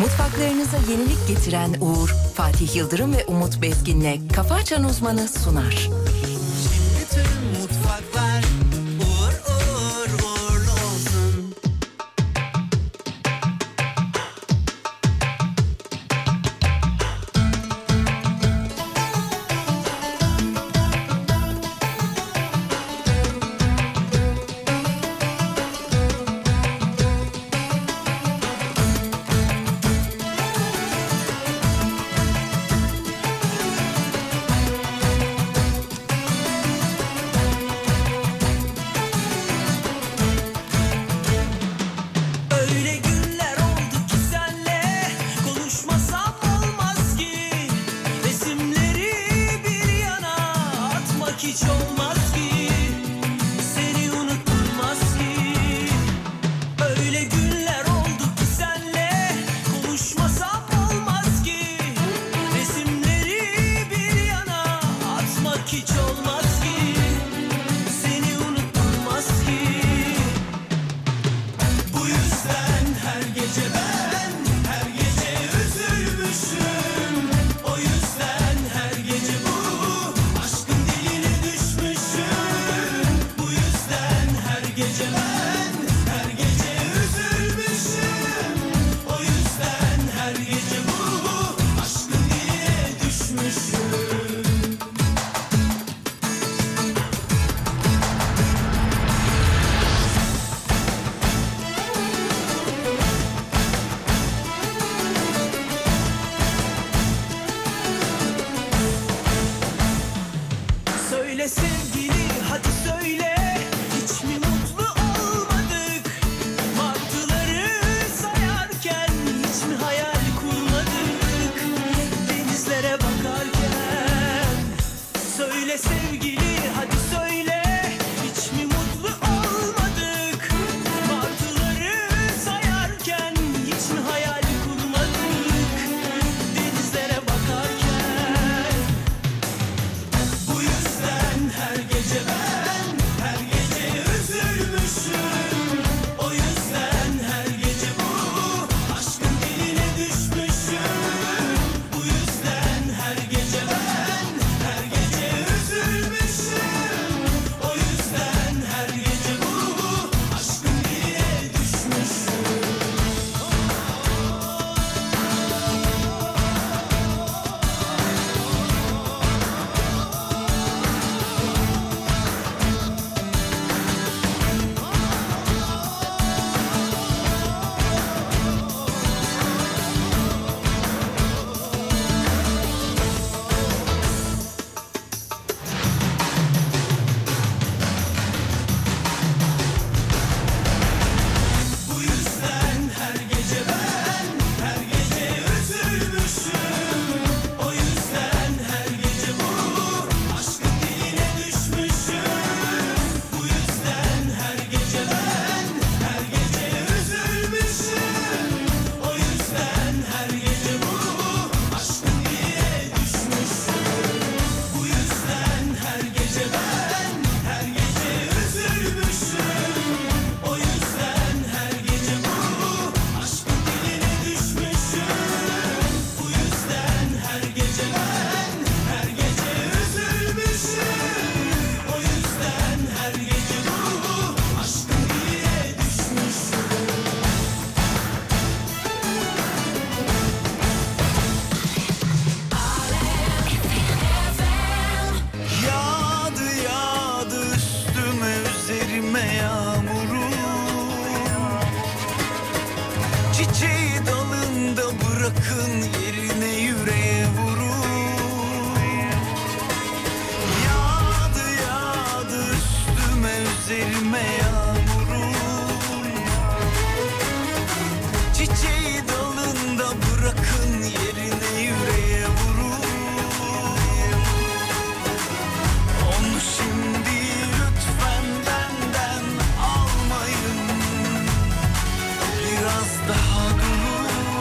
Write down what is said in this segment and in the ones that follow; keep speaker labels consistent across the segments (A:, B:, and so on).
A: Yaptıklarınıza yenilik getiren Uğur, Fatih Yıldırım ve Umut Bezgin'le Kafa Açan Uzmanı sunar.
B: Bütün mutfaklar uğur uğur uğurlu olsun. Öyle günler oldu ki senle konuşmasam olmaz ki. Resimleri bir yana atmak hiç olmaz ki. Seni unutulmaz ki. Öyle günler oldu ki senle konuşmasam olmaz ki. Resimleri bir yana atmak hiç olmaz ki. Seni unutulmaz ki. Bu yüzden her gece ben her gece üzülmüşüm. O yüzden her gece bu aşkın diline düşmüşüm. Bu yüzden her gece ben her gece üzülmüşüm. O yüzden her gece bu aşkın diline düşmüşüm. Söyle sevgili hadi söyle Hiç mi mutlu olmadık Martıları sayarken Hiç mi hayal kurmadık Denizlere bakarken Söyle sevgili hadi söyle Hiç mi mutlu olmadık Martıları sayarken Hiç mi hayal kurmadık Denizlere bakarken bu yüzden her gece ben her gece üzülmüşüm. O yüzden her gece bu aşkın diline düşmüşüm. Bu yüzden her gece ben her gece üzülmüşüm. O yüzden her gece bu aşkın diline düşmüşüm. Bu yüzden her gece ben her gece üzülmüşüm. O yüzden her gece bu aşkın diline düşmüşüm. Bu yüzden her gece ben her gece üzülmüşüm. O yüzden her gece bu aşkın diline düşmüşüm. Bu yüzden her gece ben her gece üzülmüşüm. O yüzden her gece bu aşkın diline düşmüşüm. Bu yüzden her gece ben her gece üzülmüşüm. O yüzden her gece bu aşkın diline düşmüşüm.
C: Yağdı yağdı üstüme üzerime yağmuru Çiçeği dalında bırakın yerine yüreğe vurun Yağdı yağdı üstüme üzerime yağmuru Çiçeği dalında bırakın yerine yüreğe vurun onu şimdi lütfen benden almayın Biraz daha durun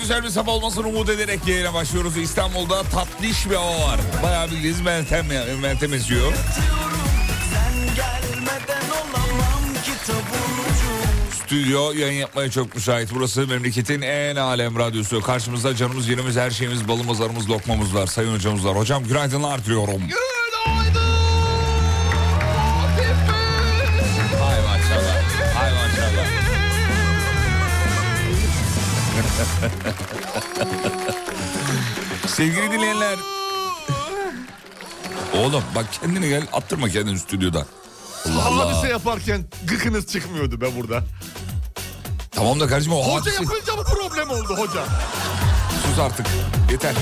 D: güzel bir sabah olmasını umut ederek yayına başlıyoruz. İstanbul'da tatlış bir hava var. Bayağı bildiğiniz Meltem, ya- Meltem esiyor.
C: Sen gelmeden olamam ki taburcum
D: Stüdyo yayın yapmaya çok müsait. Burası memleketin en alem radyosu. Karşımızda canımız, yerimiz, her şeyimiz, balımız, arımız, lokmamız var. Sayın hocamız var. Hocam günaydınlar diliyorum. Hay maşallah. Hay maşallah. Sevgili dinleyenler. Oğlum bak kendine gel attırma kendini stüdyoda. Allah
E: Havadise
D: Allah.
E: şey yaparken gıkınız çıkmıyordu be burada.
D: Tamam da kardeşim o
E: Hoca
D: hadise-
E: yapınca mı problem oldu hocam?
D: Sus artık. Yeter.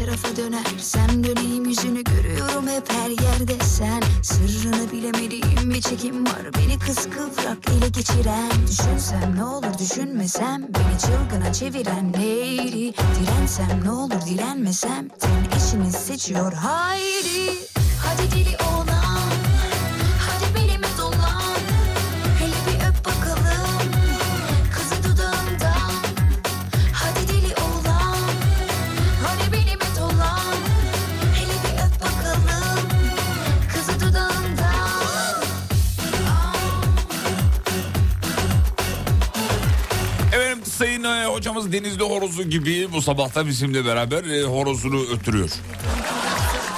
F: Ne tarafa dönersem döneyim yüzünü görüyorum hep her yerde sen Sırrını bilemediğim bir çekim var beni kıskıvrak ele geçiren Düşünsem ne olur düşünmesem beni çılgına çeviren neydi Dirensem ne olur direnmesem ten işini seçiyor hayri Hadi deli olan hadi belime dolan Hele bir öp bakalım kızı dudağından Hadi deli olan Hani benim et olan Hele bir öp bakalım Kızı dudağından
D: Efendim sayın e, hocamız denizli horozu gibi bu sabahta bizimle beraber e, horozunu ötürüyor.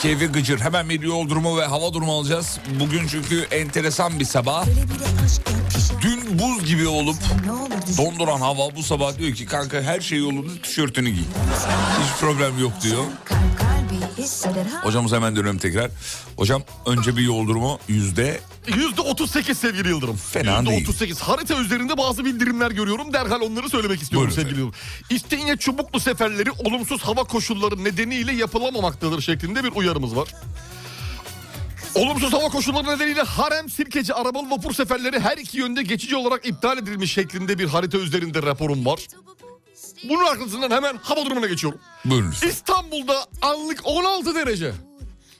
D: Keyfi gıcır. Hemen bir yol durumu ve hava durumu alacağız. Bugün çünkü enteresan bir sabah.
F: Böyle bir de aşkla pişer
D: Dün buz gibi olup
F: Ne olur düşün
D: donduran hava bu sabah diyor ki kanka her şey yolunda tişörtünü giy. Hiç problem yok diyor.
F: Kalp kalbi hisseder ha
D: Hocamız hemen dönelim tekrar. Hocam önce bir yol durumu yüzde
E: Yüzde 38 sevgili Yıldırım.
D: Fena
E: %38.
D: değil.
E: Harita üzerinde bazı bildirimler görüyorum. Derhal onları söylemek istiyorum
D: Buyurun
E: sevgili Yıldırım. İstinye Çubuklu seferleri olumsuz hava koşulları nedeniyle yapılamamaktadır şeklinde bir uyarımız var. Olumsuz hava koşulları nedeniyle harem, sirkeci, arabalı vapur seferleri her iki yönde geçici olarak iptal edilmiş şeklinde bir harita üzerinde raporum var. Bunun arkasından hemen hava durumuna geçiyorum.
D: buyurunuz.
E: İstanbul'da anlık 16 derece.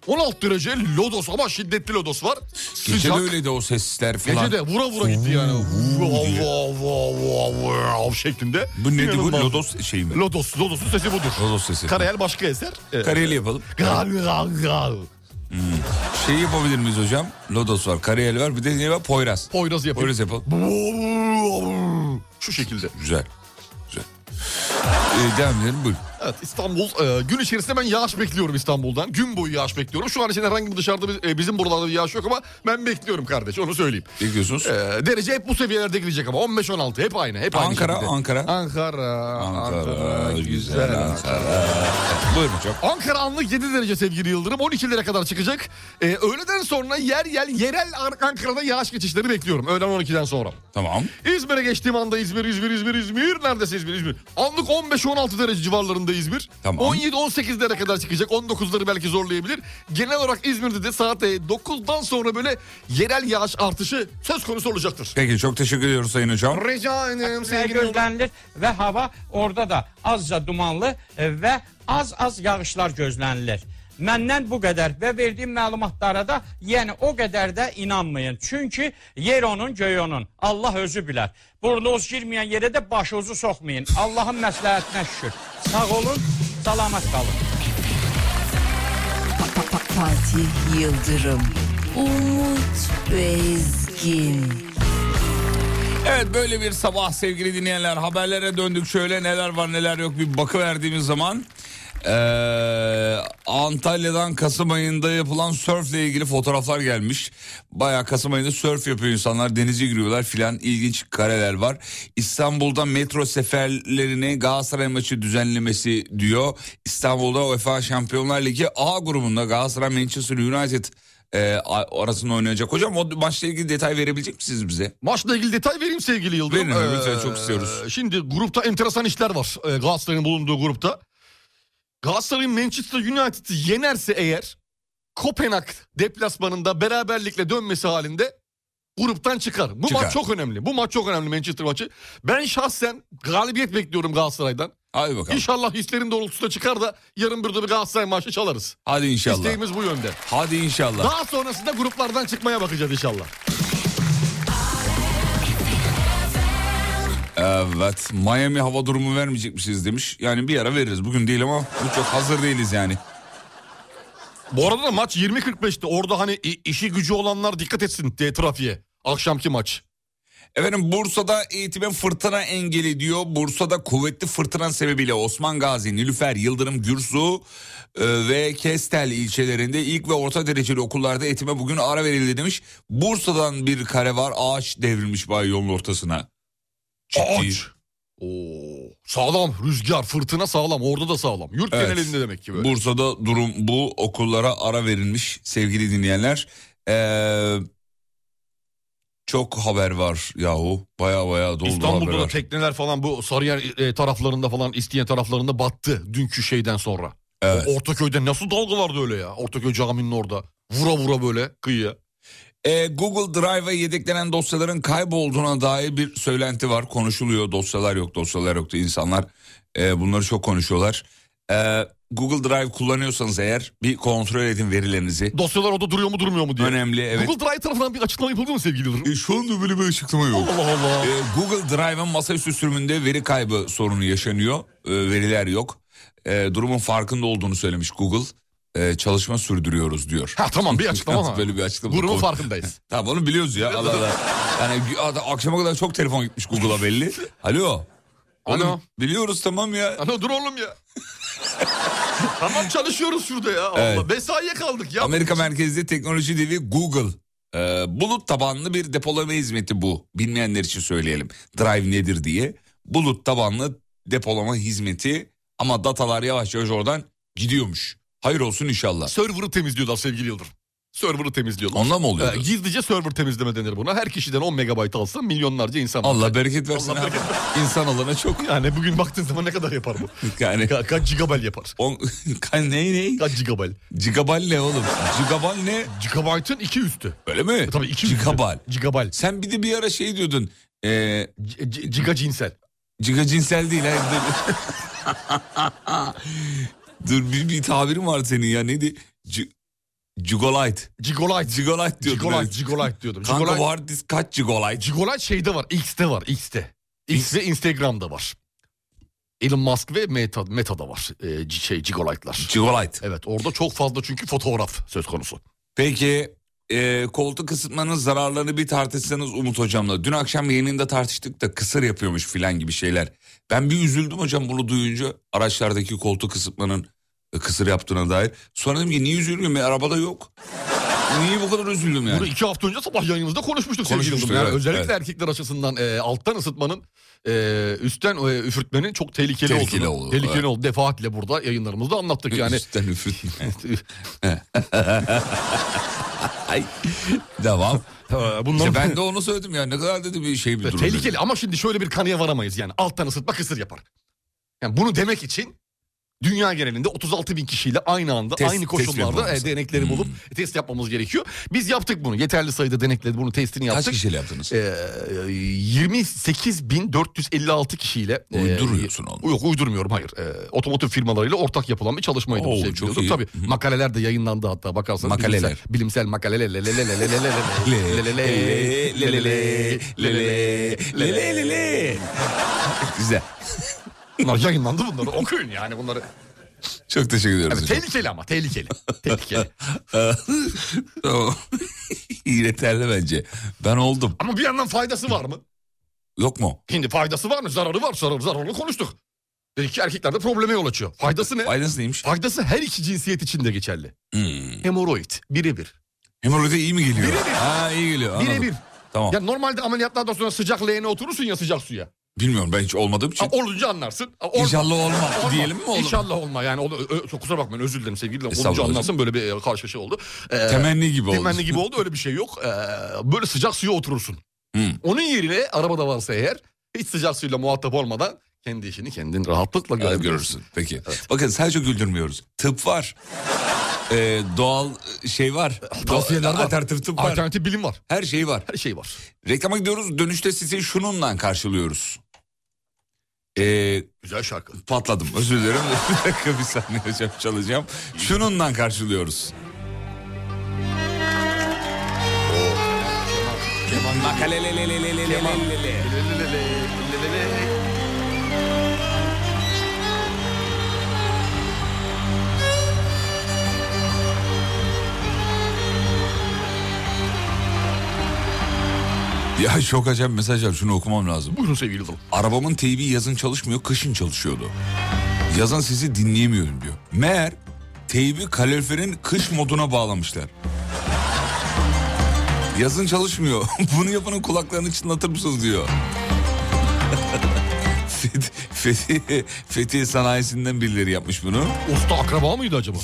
E: 16 derece lodos ama şiddetli lodos var.
D: Gece de
E: Sıcak.
D: öyleydi o sesler falan.
E: Gece de vura vura gitti yani. Vav,
D: diye.
E: vav, vav, vav, vav şeklinde.
D: Bu nedir bu
E: İnanılmaz.
D: lodos şey mi?
E: Lodos. Lodos'un sesi budur.
D: Lodos sesi.
E: Karayel başka eser. Ee,
D: Kareli yapalım.
E: gal gal gal.
D: Şey yapabilir miyiz hocam? Lodos var, kariyel var. Bir de ne var? Poyraz.
E: Poyraz yapıyor.
D: Poyraz yapalım.
E: Şu şekilde.
D: Güzel. Güzel. Ee, devam edelim buyurun.
E: Evet İstanbul e, gün içerisinde ben yağış bekliyorum İstanbul'dan. Gün boyu yağış bekliyorum. Şu an için herhangi bir dışarıda bir- e, bizim buralarda bir yağış yok ama ben bekliyorum kardeş onu söyleyeyim.
D: Ne diyorsunuz?
E: E, derece hep bu seviyelerde gidecek ama 15-16 hep aynı. Hep aynı
D: Ankara,
E: şekilde.
D: Ankara.
E: Ankara,
D: Ankara, güzel Ankara. Buyurun hocam.
E: Ankara anlık 7 derece sevgili Yıldırım. 12 lira kadar çıkacak. Ee, öğleden sonra yer yer yerel Ar- Ankara'da yağış geçişleri bekliyorum. Öğlen 12'den sonra.
D: Tamam.
E: İzmir'e geçtiğim anda İzmir, İzmir, İzmir, İzmir. Neredeyse İzmir, İzmir. Anlık 15-16 derece civarlarında İzmir.
D: Tamam.
E: 17-18 derece kadar çıkacak. 19'ları belki zorlayabilir. Genel olarak İzmir'de de saat e, 9'dan sonra böyle yerel yağış artışı söz konusu olacaktır.
D: Peki çok teşekkür ediyoruz Sayın Hocam.
E: Rica ederim
G: Ve
E: sevgili Yıldırım.
G: gözlənilir və hava orada da azca dumanlı e, və az-az yağışlar gözlənilir. Məndən bu qədər və verdiyim məlumatlara da yəni o qədər də inanmayın. Çünki yer onun, göy onun. Allah özü bilər. Burnuğuz girməyən yerə də başınızı soxmayın. Allahın məsləhətinə şükür. Sağ olun, salamat qalın.
A: Pa- pa- pa- Fatih Yıldırım, Umut Bezgin.
D: Evet böyle bir sabah sevgili dinleyenler. Haberlere döndük şöyle neler var neler yok bir bakıverdiğimiz zaman. Ee, Antalya'dan Kasım ayında yapılan sörfle ilgili fotoğraflar gelmiş. Baya Kasım ayında sörf yapıyor insanlar denize giriyorlar filan ilginç kareler var. İstanbul'da metro seferlerine Galatasaray maçı düzenlemesi diyor. İstanbul'da UEFA Şampiyonlar Ligi A grubunda Galatasaray Manchester United e, a- arasında oynayacak. Hocam o maçla ilgili detay verebilecek misiniz bize?
E: Maçla ilgili detay vereyim sevgili Yıldırım. Ee,
D: Verin, lütfen, çok istiyoruz.
E: Şimdi grupta enteresan işler var ee, Galatasaray'ın bulunduğu grupta. Galatasaray'ın Manchester United'ı yenerse eğer Kopenhag deplasmanında beraberlikle dönmesi halinde gruptan çıkar. Bu
D: Çıkar.
E: maç çok önemli. Bu maç çok önemli Manchester maçı. Ben şahsen galibiyet bekliyorum Galatasaray'dan.
D: Hadi bakalım.
E: İnşallah hislerin doğrultusunda çıkar da yarın burada bir Galatasaray maçı çalarız.
D: Hadi inşallah.
E: İsteğimiz bu yönde.
D: Hadi inşallah.
E: Daha sonrasında gruplardan çıkmaya bakacağız inşallah.
D: Evet Miami hava durumu vermeyecek misiniz demiş. Yani bir ara veririz bugün değil ama bu çok hazır değiliz yani.
E: Bu arada da maç 20.45'te. Orada hani i- işi gücü olanlar dikkat etsin diye trafiğe. Akşamki maç.
D: Efendim Bursa'da eğitime fırtına engeli diyor. Bursa'da kuvvetli fırtına sebebiyle Osman Gazi, Nilüfer, Yıldırım, Gürsu e, ve Kestel ilçelerinde ilk ve orta dereceli okullarda eğitime bugün ara verildi demiş. Bursa'dan bir kare var ağaç devrilmiş bay yolun ortasına. Ciddi.
E: Ağaç. Oo, sağlam rüzgar fırtına sağlam orada da sağlam. Yurt
D: Evet.
E: genelinde demek ki böyle.
D: Bursa'da durum bu okullara ara verilmiş sevgili dinleyenler. Ee, çok haber var yahu baya baya doldu
E: İstanbul'da
D: haber
E: da
D: var.
E: tekneler falan bu Sarıyer e, taraflarında falan İstinye taraflarında battı dünkü şeyden sonra.
D: Evet.
E: O Ortaköy'de nasıl dalga vardı öyle ya? Ortaköy caminin orada. Vura vura böyle kıyıya.
D: Ee, Google Drive'a yedeklenen dosyaların kaybolduğuna dair bir söylenti var. Konuşuluyor dosyalar yok dosyalar yoktu insanlar e, bunları çok konuşuyorlar. Ee, Google Drive kullanıyorsanız eğer bir kontrol edin verilerinizi.
E: Dosyalar orada duruyor mu durmuyor mu diye.
D: Önemli Hani, evet.
E: Google Drive tarafından bir açıklama yapıldı mı sevgili Yıldırım?
D: E, şu anda böyle bir açıklama yok.
E: Allah Allah.
D: Ee, Google Drive'ın masaüstü sürümünde veri kaybı sorunu yaşanıyor. Ee, veriler yok. Ee, durumun farkında olduğunu söylemiş Google. Ee, çalışma sürdürüyoruz diyor.
E: Ha tamam bir açıklama ama.
D: Böyle bir açıklama.
E: Durumun
D: Konu-
E: farkındayız.
D: Tamam onu biliyoruz ya. Allah Allah. Yani gü- adam- akşama kadar çok telefon gitmiş Google'a belli. Alo. Oğlum,
E: Alo.
D: Biliyoruz tamam ya.
E: Ana dur oğlum ya. tamam çalışıyoruz şurada ya. Allah.
D: Evet.
E: Mesaiye kaldık ya.
D: Amerika merkezli teknoloji devi Google. Ee, bulut tabanlı bir depolama hizmeti bu. Bilmeyenler için söyleyelim. Drive nedir diye. Bulut tabanlı depolama hizmeti ama datalar yavaş yavaş oradan gidiyormuş. Hayır olsun inşallah.
E: Server'ı temizliyorlar sevgili Yıldırım. Server'ı temizliyorlar.
D: Onunla mı oluyor?
E: Ee, gizlice server temizleme denir buna. Her kişiden 10 megabayt alsa milyonlarca insan. var.
D: Allah bereket versin
E: Allah
D: abi.
E: bereket
D: İnsan alana çok
E: Yani bugün baktığın zaman ne kadar yapar bu?
D: yani.
E: Ka- kaç gigabel yapar?
D: On, ne ne?
E: Kaç gigabel?
D: Gigabal ne oğlum? Gigabal ne?
E: Gigabyte'ın iki üstü.
D: Öyle mi?
E: E, tabii iki üstü.
D: Gigabal.
E: Gigabel.
D: Sen bir de bir ara şey diyordun. Ee,
E: C- c- giga cinsel.
D: Ciga cinsel değil. ha. Dur. Dur bir, bir tabirin var senin ya neydi? C- Cigolite.
E: Gigolite.
D: Cigolite diyordun.
E: Gigolite,
D: Evet.
E: gigolite diyordum.
D: Kanka
E: Gigolite-
D: var diz kaç Cigolite?
E: Gigolite şeyde var. X'te var. X'te. X ve Instagram'da var. Elon Musk ve Meta, Meta'da var. Ee, c- şey Gigolite'lar.
D: Cigolite.
E: Evet orada çok fazla çünkü fotoğraf söz konusu.
D: Peki e, koltuk ısıtmanın zararlarını bir tartışsanız Umut hocamla. Dün akşam yayınında tartıştık da kısır yapıyormuş filan gibi şeyler. Ben bir üzüldüm hocam bunu duyunca araçlardaki koltuk ısıtmanın e, kısır yaptığına dair. Sonra dedim ki niye üzülüyorum ya arabada yok. niye bu kadar üzüldüm yani?
E: Bunu iki hafta önce sabah yayınımızda konuşmuştuk sevgili
D: Konuşmuştuk,
E: Yıldırım. Yani
D: evet,
E: özellikle
D: evet.
E: erkekler açısından e, alttan ısıtmanın e, üstten e, üfürtmenin çok tehlikeli,
D: Tehlikeli
E: olduğunu.
D: oldu,
E: tehlikeli
D: evet.
E: oldu. Defaatle burada yayınlarımızda anlattık yani.
D: Üstten üfürtme. Ay. Devam.
E: Ha,
D: İşte
E: Bunların
D: ben de onu söyledim ya ne kadar dedi bir şey bir durum. dedi.
E: tehlikeli ama şimdi şöyle bir kanıya varamayız yani. Alttan ısıtma kısır yapar. Yani bunu demek için dünya genelinde 36 bin kişiyle aynı anda
D: Test-
E: aynı
D: test
E: koşullarda
D: yapmamız. Hmm.
E: e, denekleri bulup test yapmamız gerekiyor. Biz yaptık bunu. Yeterli sayıda denekle bunu testini yaptık.
D: Kaç kişiyle yaptınız?
E: Ee, 28.456 kişiyle e,
D: Uyduruyorsun oğlum.
E: Yok uydurmuyorum hayır. Ee, otomotiv firmalarıyla ortak yapılan bir çalışmaydı
D: Oo,
E: bu sevgili
D: çok
E: Yıldırım.
D: iyi.
E: Tabii makaleler de yayınlandı hatta bakarsanız.
D: Makaleler.
E: Bilimsel, bilimsel makaleler. Le- le- le- le- le- le- le- le- le- le- le- le- le- le- le- le- le- le- le- le- le-
D: Güzel.
E: Bunlar yayınlandı bunları okuyun yani bunları.
D: Çok teşekkür ediyoruz.
E: Yani
D: hocam.
E: tehlikeli ama tehlikeli. tehlikeli.
D: Tamam. Yeterli bence. Ben oldum.
E: Ama bir yandan faydası var mı?
D: Yok mu?
E: Şimdi faydası var mı? Zararı var. Zararı, zararını konuştuk. Dedik ki erkeklerde probleme yol açıyor. Faydası ne?
D: Faydası neymiş?
E: Faydası her iki cinsiyet için de geçerli.
D: Hmm.
E: Hemoroid birebir.
D: Hemoroide iyi mi geliyor?
E: Birebir.
D: Ha iyi geliyor. anladım. Ah.
E: Birebir.
D: Tamam.
E: Ya normalde ameliyatlardan sonra sıcak leğene oturursun ya sıcak suya.
D: Bilmiyorum ben hiç olmadığım
E: Ha,
D: için.
E: olunca anlarsın. Ha, olma.
D: İnşallah olmam
E: Olma.
D: diyelim mi oğlum?
E: İnşallah olma yani. Ol, ö- ö- kusura bakmayın özür dilerim sevgili. Olunca
D: Estağfurullah.
E: anlarsın böyle bir e, karşı şey oldu. Ee,
D: Temenni gibi oldu.
E: Temenni gibi oldu öyle bir şey yok. Ee, böyle sıcak suya oturursun.
D: Hmm.
E: Onun yerine arabada varsa eğer hiç sıcak suyla muhatap olmadan kendi işini kendin rahatlıkla
D: Evet,
E: görebilirsin.
D: görürsün. Peki. Bakın sadece güldürmüyoruz. Tıp var. Ee, doğal şey var.
E: Tavsiyeler var.
D: Alternatif tıp var.
E: Alternatif bilim var.
D: Her şey var.
E: Her şey var.
D: Reklama gidiyoruz. Dönüşte sizi şununla karşılıyoruz. Ee,
E: Güzel şarkı.
D: patladım. Özür dilerim. Bir dakika bir saniye hocam çalacağım. Şununla karşılıyoruz. Makalelelelelelelelele. Ya çok acayip mesaj var şunu okumam lazım.
E: Buyurun sevgili Yıldırım.
D: Arabamın teybi yazın çalışmıyor, kışın çalışıyordu. Yazın sizi dinleyemiyorum diyor. Meğer teybi kaloriferin kış moduna bağlamışlar. Yazın çalışmıyor. Bunu yapanın kulaklarını çınlatır mısınız diyor. Fethi, Fethi, Fethi sanayisinden birileri yapmış bunu.
E: Usta akraba mıydı acaba?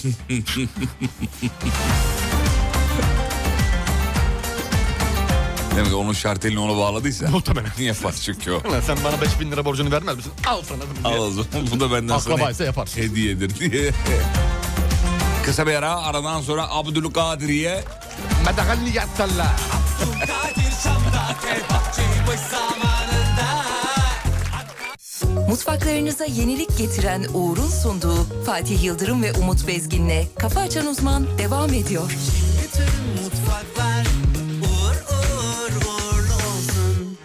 D: Demek ki onun şartelini ona bağladıysa.
E: Muhtemelen.
D: Yapar çünkü o.
E: Lan sen bana 5000 lira borcunu vermez misin? Al sana. bunu
D: Al
E: diye.
D: o zaman. Bu da benden
E: Akraba
D: sana
E: ise yaparsın.
D: hediyedir diye. Kısa bir ara aradan sonra Abdülkadir'e
E: Medakalli yatsalla.
B: Kadir Şam'da kebapçıymış zamanında
A: Mutfaklarınıza yenilik getiren Uğur'un sunduğu Fatih Yıldırım ve Umut Bezgin'le Kafa Açan Uzman devam ediyor.
B: Bütün mutfaklar uğur uğur uğurlu olsun.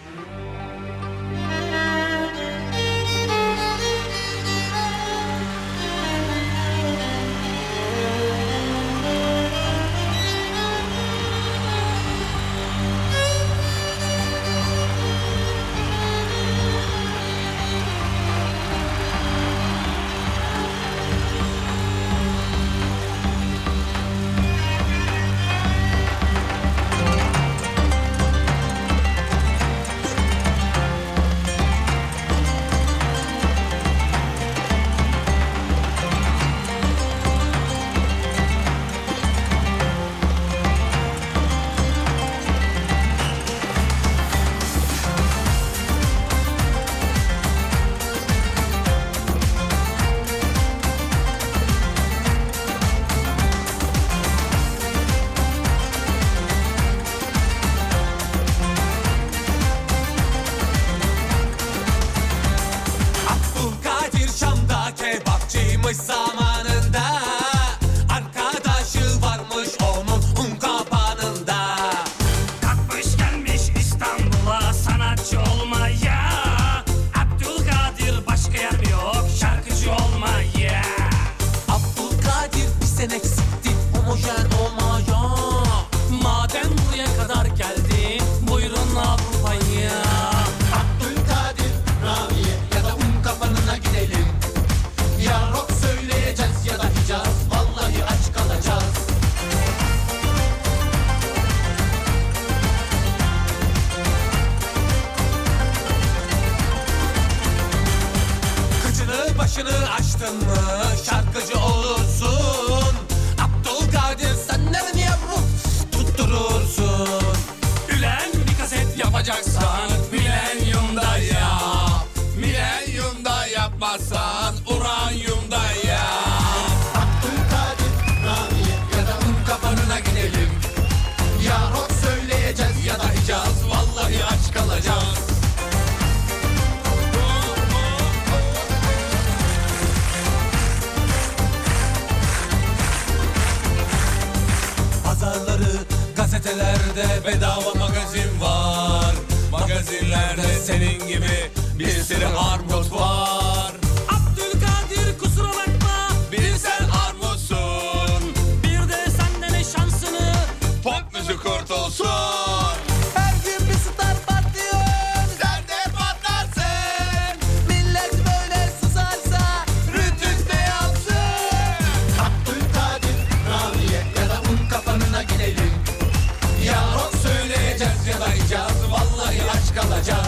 B: Bu Kadir Şam'da kebapçıymış zamanında. Arkadaşı varmış onun un kapanında.
H: Kalkmış gelmiş İstanbul'a sanatçı olmaya Abdülkadir başka yer mi yok şarkıcı olmaya
B: Abdülkadir bir sen eksikti homojen olmaya. Madem buraya kadar geldin buyurun Avrupa'ya. Abdülkadir Ravi'ye ya da un kapanına gidelim. Ya rock söyleyeceğiz ya da hicaz. Vallahi aç kalacağız. Kıçını başını açtın mı şarkıcı olursun Abdülkadir sen nereden yavrum tutturursun Ülen bir kaset yapacaksan milenyumda yap Milenyumda yapmazsan uranyumda yap Abdülkadir Ramiye ya da un kapanına gidelim Ya rock söyleyeceğiz ya da hicaz vallahi aç kalacağız Pazarları gazetelerde bedava magazin var Magazinlerde senin gibi bir sürü armut var
H: Abdülkadir kusura bakma
B: Bir sen armutsun
H: bir de sen dene şansını
D: Pop müzik kurtulsun.
B: Her gün bir star patlıyor Sen de patlarsın Millet böyle susarsa Rütüt de yapsın Abdülkadir Raviye ya da un kapanına gidelim Ya rock söyleyeceğiz ya da icaz Vallahi aç kalacağız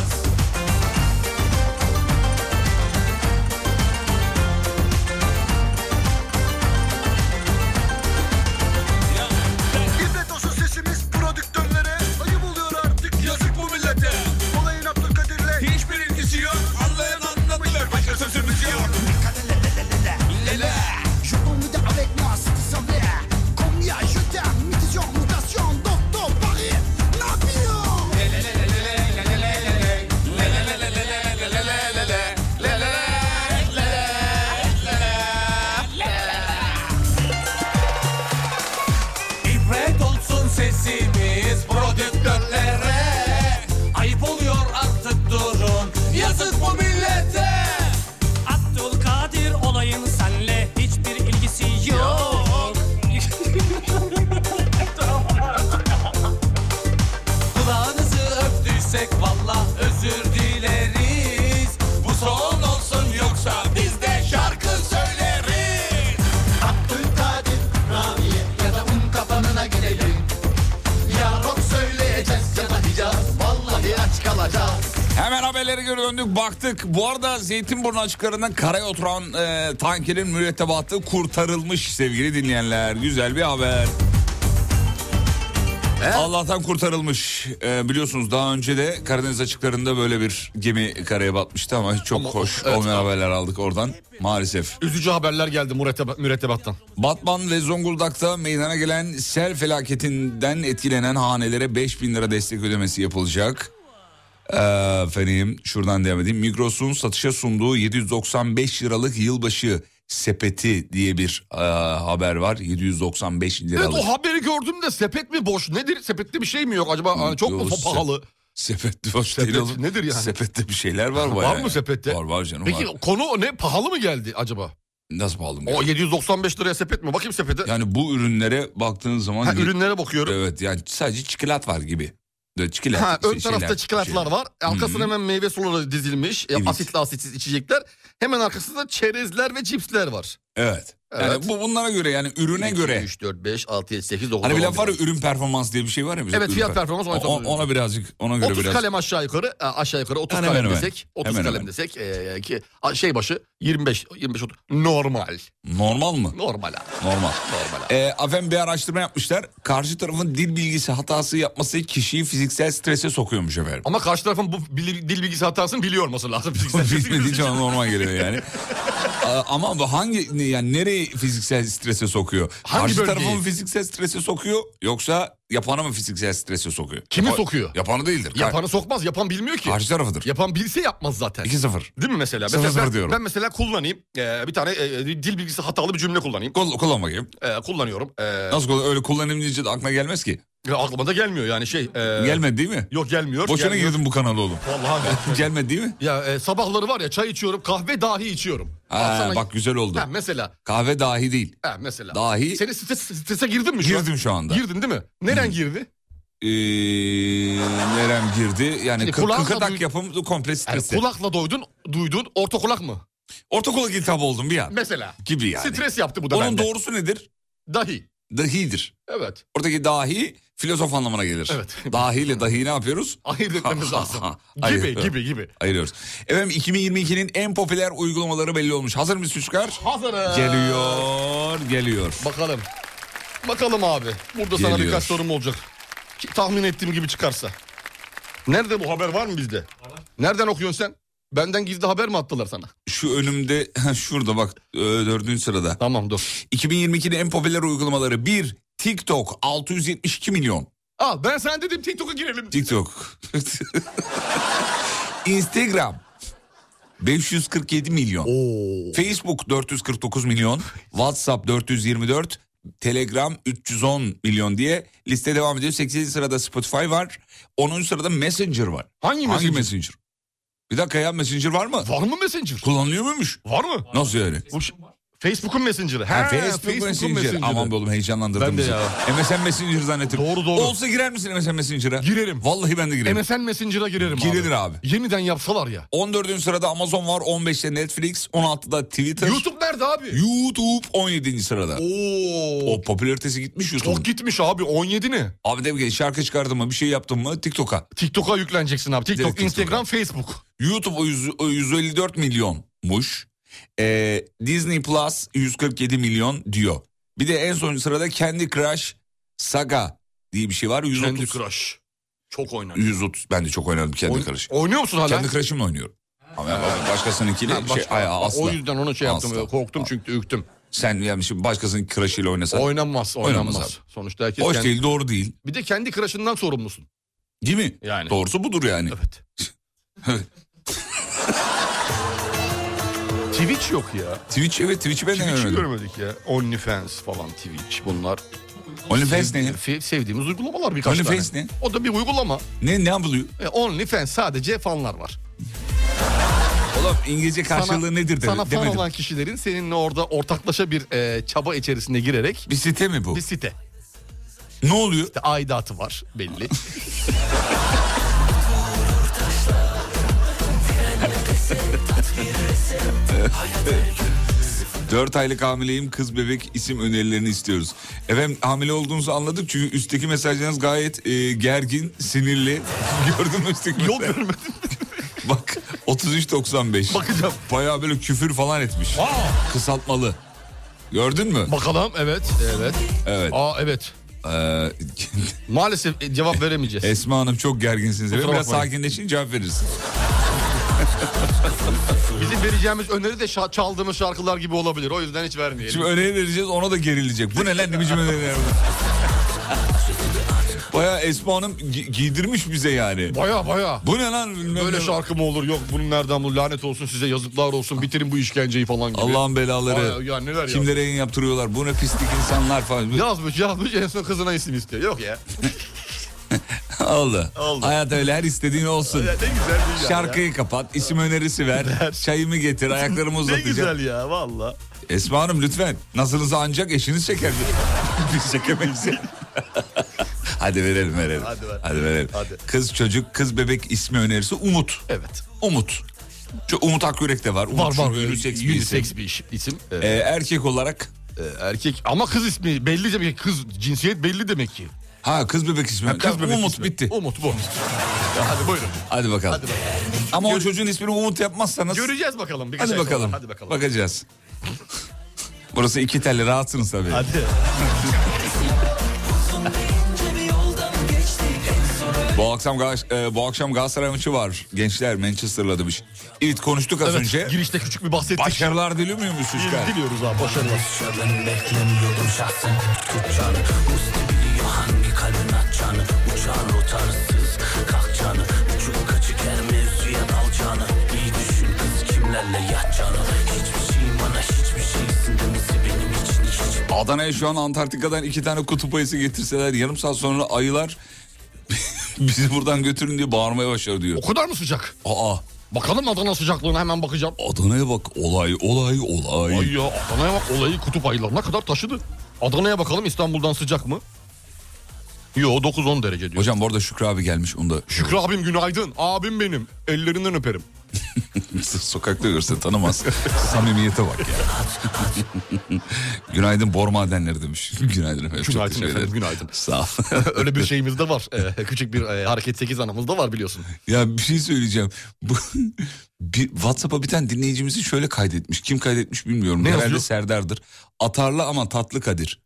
D: Karelere göre döndük baktık. Bu arada Zeytinburnu açıklarından karaya oturan e, tankerin mürettebatı kurtarılmış sevgili dinleyenler. Güzel bir haber. Allah'tan kurtarılmış. E, biliyorsunuz daha önce de Karadeniz açıklarında böyle bir gemi karaya batmıştı ama çok hoş
E: evet,
D: olmayan haberler aldık oradan maalesef.
E: Üzücü haberler geldi müretteba- mürettebattan.
D: Batman ve Zonguldak'ta meydana gelen sel felaketinden etkilenen hanelere 5000 lira destek ödemesi yapılacak. Ee, Efendim şuradan devam edeyim. Migros'un satışa sunduğu 795 liralık yılbaşı sepeti diye bir e, haber var. 795
E: Evet
D: liralık
E: o haberi gördüm de sepet mi boş nedir sepette bir şey mi yok acaba Hani çok mu
D: Yok, sep-
E: pahalı?
D: sepet. boş
E: Sepet
D: değil oğlum.
E: nedir yani?
D: Sepette bir şeyler var bayağı.
E: Var mı sepette?
D: Var var canım
E: Peki
D: var.
E: konu ne pahalı mı geldi acaba?
D: Nasıl pahalı mı?
E: O 795 liraya sepet mi? Bakayım sepete.
D: Yani bu ürünlere baktığın zaman...
E: ha, ürünlere bakıyorum.
D: Evet yani sadece çikolat var gibi. De, çikolat,
E: Ha, ön
D: şey- şeyler,
E: tarafta çikolatlar
D: şeyler.
E: var. Arkasına hemen meyve suları dizilmiş. E,
D: Evet.
E: Asitli asitsiz içecekler. Hemen arkasında çerezler ve cipsler var.
D: Evet.
E: Evet.
D: Yani bu bunlara göre yani ürüne göre.
E: 3, 4, 5, 6, 7, 8, 9,
D: Hani bir laf var ya ürün performans diye bir şey var ya. bizim.
E: Evet,
D: Ürün
E: fiyat
D: per-
E: performans,
D: O-
E: ona-
D: Ona, birazcık ona göre
E: 30
D: biraz.
E: kalem aşağı yukarı e, aşağı yukarı 30
D: Hemen
E: kalem
D: hemen.
E: desek 30
D: Hemen
E: kalem
D: hemen.
E: desek e, ki a, şey başı 25 25 30 normal
D: Normal mı?
E: normal abi.
D: Normal.
E: Normal abi.
D: E, efendim bir araştırma yapmışlar. Karşı tarafın dil bilgisi hatası yapması kişiyi fiziksel strese sokuyormuş efendim.
E: Ama karşı tarafın bu bili- dil bilgisi hatasını biliyor olması lazım.
D: Bilmediği için ona normal geliyor yani. A- Ama bu hangi yani nereye fiziksel strese sokuyor?
E: Hangi
D: Karşı
E: bölgeyi?
D: tarafı mı fiziksel strese sokuyor yoksa yapana mı fiziksel strese sokuyor?
E: Kimi
D: Yapa-
E: sokuyor?
D: Yapanı değildir. Kar-
E: Yapanı sokmaz. Yapan bilmiyor ki.
D: Karşı tarafıdır.
E: Yapan bilse yapmaz zaten.
D: 2-0.
E: Değil mi mesela?
D: Sıfır
E: mesela
D: sıfır
E: ben,
D: diyorum.
E: ben mesela kullanayım. e, bir tane e, dil bilgisi hatalı bir cümle kullanayım.
D: Kol, kullan bakayım.
E: E, kullanıyorum. E,
D: Nasıl kullan? Öyle kullanayım deyince de aklına gelmez ki.
E: ya aklıma da gelmiyor yani şey. e,
D: Gelmedi değil mi?
E: Yok gelmiyor.
D: Boşuna
E: gelmiyor.
D: girdin bu kanala oğlum.
E: Vallahi gelmiyor.
D: Gelmedi değil mi?
E: Ya e, sabahları var ya çay içiyorum kahve dahi içiyorum.
D: Ha,
E: Alsana-
D: bak güzel oldu.
E: Ha, mesela.
D: Kahve dahi değil.
E: Ha, mesela.
D: Dahi-
E: Senin strese, strese girdin mi şu an?
D: Girdim şu anda.
E: Girdin değil mi? Neren girdi?
D: Ee, nerem girdi? Yani
E: Şimdi
D: kı-
E: kulağınla
D: kıkadak
E: duy-
D: yapım komple
E: Yani
D: stresi.
E: kulakla doydun, duydun, orta kulak mı?
D: Orta kulak iltihabı oldum bir an.
E: Mesela.
D: Gibi yani.
E: Stres yaptı bu da
D: Onun
E: bende.
D: doğrusu nedir?
E: Dahi.
D: Dahidir.
E: Evet.
D: Oradaki dahi filozof anlamına gelir.
E: Evet.
D: Dahi ile dahi ne yapıyoruz?
E: Ayırt etmemiz lazım.
D: Ayırt
E: gibi,
D: ediyorum.
E: gibi, gibi.
D: Ayırıyoruz. Efendim 2022'nin en popüler uygulamaları belli olmuş. Hazır mısın çocuklar?
E: Hazırız.
D: Geliyor, geliyor.
E: Bakalım. Bakalım abi. Burada sana
D: Geliyor.
E: birkaç sorum olacak. Ki tahmin ettiğim gibi çıkarsa. Nerede bu haber var mı bizde? Nereden okuyorsun sen? Benden gizli haber mi attılar sana?
D: Şu önümde, şurada bak e, dördüncü sırada.
E: Tamam dur.
D: 2022'nin en popüler uygulamaları 1. TikTok 672 milyon.
E: Al ben sen dedim TikTok'a girelim.
D: TikTok. Instagram 547 milyon. Facebook 449 milyon. WhatsApp 424. Telegram 310 milyon diye liste devam ediyor. 8. sırada Spotify var. 10. sırada Messenger var.
E: Hangi
D: Hangi
E: Messenger?
D: Messenger? Bir dakika ya Messenger var mı?
E: Var mı Messenger?
D: Kullanılıyor muymuş?
E: Var mı?
D: Nasıl yani?
E: Bu ş- Facebook'un Messenger'ı.
D: Ha,
E: Ha,
D: Facebook, Messenger. Aman be oğlum heyecanlandırdın
E: Ben de
D: bizi.
E: ya.
D: MSN Messenger zannettim.
E: Doğru, doğru.
D: Olsa girer misin MSN Messenger'a?
E: Girerim.
D: Vallahi ben de girerim.
E: MSN Messenger'a girerim
D: Girilir abi.
E: abi. Yeniden yapsalar ya.
D: 14. sırada Amazon var, 15'te Netflix, 16'da Twitter.
E: YouTube nerede abi?
D: YouTube 17. sırada.
E: Oo.
D: O popülaritesi gitmiş YouTube.
E: Çok gitmiş abi 17 ne?
D: Abi de şarkı çıkardın mı, bir şey yaptın mı TikTok'a.
E: TikTok'a yükleneceksin abi. TikTok,
D: Direkt TikTok'a.
E: Instagram, Facebook.
D: YouTube o yüz- o 154 milyonmuş. Ee, Disney Plus 147 milyon diyor. Bir de en son sırada Candy Crush Saga diye bir şey var. 130,
E: Candy Crush. Çok oynanıyor.
D: 130 ben de çok oynadım Candy
E: Oyn-
D: Crush.
E: Oynuyor musun hala?
D: Candy Crush'ımla oynuyorum. Ama başkasınınkiyle
E: Ha,
D: şey,
E: başka-
D: ay,
E: Bak,
D: asla.
E: O yüzden onu şey yaptım.
D: Asla.
E: Korktum çünkü ürktüm.
D: Sen yani şimdi başkasının crush'ıyla oynasan.
E: Oynanmaz, oynanmaz.
D: Oynanmaz
E: Sonuçta herkes
D: Hoş
E: kendi-
D: değil doğru değil.
E: Bir de kendi crush'ından sorumlusun.
D: Değil mi?
E: Yani.
D: Doğrusu budur yani.
E: Evet. Twitch yok ya.
D: Twitch evet Twitch'i ben de
E: Twitch'i
D: görmedim.
E: görmedik ya. OnlyFans falan Twitch bunlar.
D: OnlyFans ne? ya?
E: Fe- Sevdiğimiz uygulamalar birkaç
D: OnlyFans
E: tane.
D: ne?
E: O da bir uygulama.
D: Ne ne yapılıyor?
E: E, OnlyFans sadece fanlar var.
D: Oğlum İngilizce karşılığı nedir de,
E: Sana fan
D: demedim.
E: olan kişilerin seninle orada ortaklaşa bir e, çaba içerisinde girerek
D: Bir site mi bu?
E: bir site.
D: Ne oluyor?
E: İşte aidatı var belli.
D: Dört aylık hamileyim kız bebek isim önerilerini istiyoruz. Efendim hamile olduğunuzu anladık çünkü üstteki mesajlarınız gayet e, gergin, sinirli. Gördün mü üstteki
E: Yok
D: mesaj?
E: görmedim.
D: Bak 33.95.
E: Bakacağım.
D: Bayağı böyle küfür falan etmiş. Kısaltmalı. Gördün mü?
E: Bakalım evet. Evet.
D: Evet.
E: Aa evet.
D: Ee,
E: Maalesef e, cevap veremeyeceğiz.
D: Esma Hanım çok gerginsiniz.
E: Kusura
D: Biraz
E: bakmayın.
D: sakinleşin cevap veririz.
E: Bizim vereceğimiz öneri de şa- çaldığımız şarkılar gibi olabilir. O yüzden hiç vermeyelim.
D: Şimdi öneri vereceğiz ona da gerilecek. Bu ne lan ne biçim öneriler bu? Bayağı Esma Hanım gi- giydirmiş bize yani.
E: Baya baya.
D: Bu ne lan? Bilmem
E: Böyle
D: ne.
E: şarkı mı olur? Yok bunu nereden bu lanet olsun size yazıklar olsun bitirin bu işkenceyi falan gibi.
D: Allah'ın belaları.
E: Ay, ya neler ya.
D: Kimlere yayın yaptırıyorlar? Bu ne pislik insanlar falan.
E: Yazmış yazmış en son kızına isim istiyor. Yok ya.
D: Allah.
E: Oldu.
D: Hayat öyle her istediğin olsun.
E: Ya ne güzel bir şey ya.
D: Şarkıyı kapat, isim önerisi ver, çayımı getir, ayaklarımı
E: Ne
D: uzatacağım.
E: güzel ya valla.
D: Esma Hanım lütfen. Nasılsa ancak eşiniz çeker. Biz çekemeyiz. Hadi verelim verelim.
E: Hadi ver.
D: verelim.
E: Hadi.
D: Kız çocuk, kız bebek ismi önerisi Umut.
E: Evet.
D: Umut. Şu Umut Akyürek de var. Umut
E: Var var.
D: çünkü Unisex bir isim.
E: Unisex bir iş- isim. Evet.
D: Ee, erkek olarak
E: Ee, erkek ama kız ismi belli demek ki kız cinsiyet belli demek ki.
D: ha kız bebek ismi.
E: Ha, kız bebek
D: Umut
E: ismi.
D: bitti.
E: Umut bu. Ya hadi buyurun.
D: Hadi bakalım.
E: Hadi bakalım.
D: Ama o çocuğun ismini Umut yapmazsanız
E: Göreceğiz bakalım. birkaç
D: hadi
E: ay sonra.
D: bakalım.
E: Hadi bakalım.
D: Bakacağız. Burası iki telli rahatsınız tabii.
E: Hadi.
D: Bu akşam Gal- e, bu akşam Galatasaray maçı var. Gençler Manchester'la demiş. Evet konuştuk az
E: Evet,
D: önce.
E: girişte küçük bir bahsettik.
D: Başarılar diliyor muymuş çocuklar?
E: Diliyoruz abi başarılar.
D: Adana'ya şu an Antarktika'dan iki tane kutup ayısı getirseler yarım saat sonra ayılar bizi buradan götürün diye bağırmaya başlar diyor.
E: O kadar mı sıcak?
D: Aa
E: Bakalım Adana sıcaklığına hemen bakacağım.
D: Adana'ya bak olay olay olay.
E: Ay ya Adana'ya bak olayı kutup ayılarına kadar taşıdı. Adana'ya bakalım İstanbul'dan sıcak mı? Yo 9-10 derece diyor.
D: Hocam bu arada Şükrü abi gelmiş onu da
E: Şükrü abim günaydın. Abim benim. Ellerinden öperim.
D: sokakta görse tanımaz. Samimiyete bak ya. Günaydın bor madenleri demiş. Günaydın efendim. çok
E: Günaydın
D: teşekkür
E: efendim,
D: ederim.
E: günaydın.
D: Sağ ol.
E: Öyle bir şeyimiz de var. Ee, küçük bir e, hareket 8 anamız da var biliyorsun.
D: Ya bir şey söyleyeceğim. Bu bir WhatsApp'a bir tane dinleyicimizi şöyle kaydetmiş. Kim kaydetmiş bilmiyorum.
E: Ne
D: Herhalde
E: yazıyor?
D: Serdar'dır. Atarlı ama tatlı Kadir.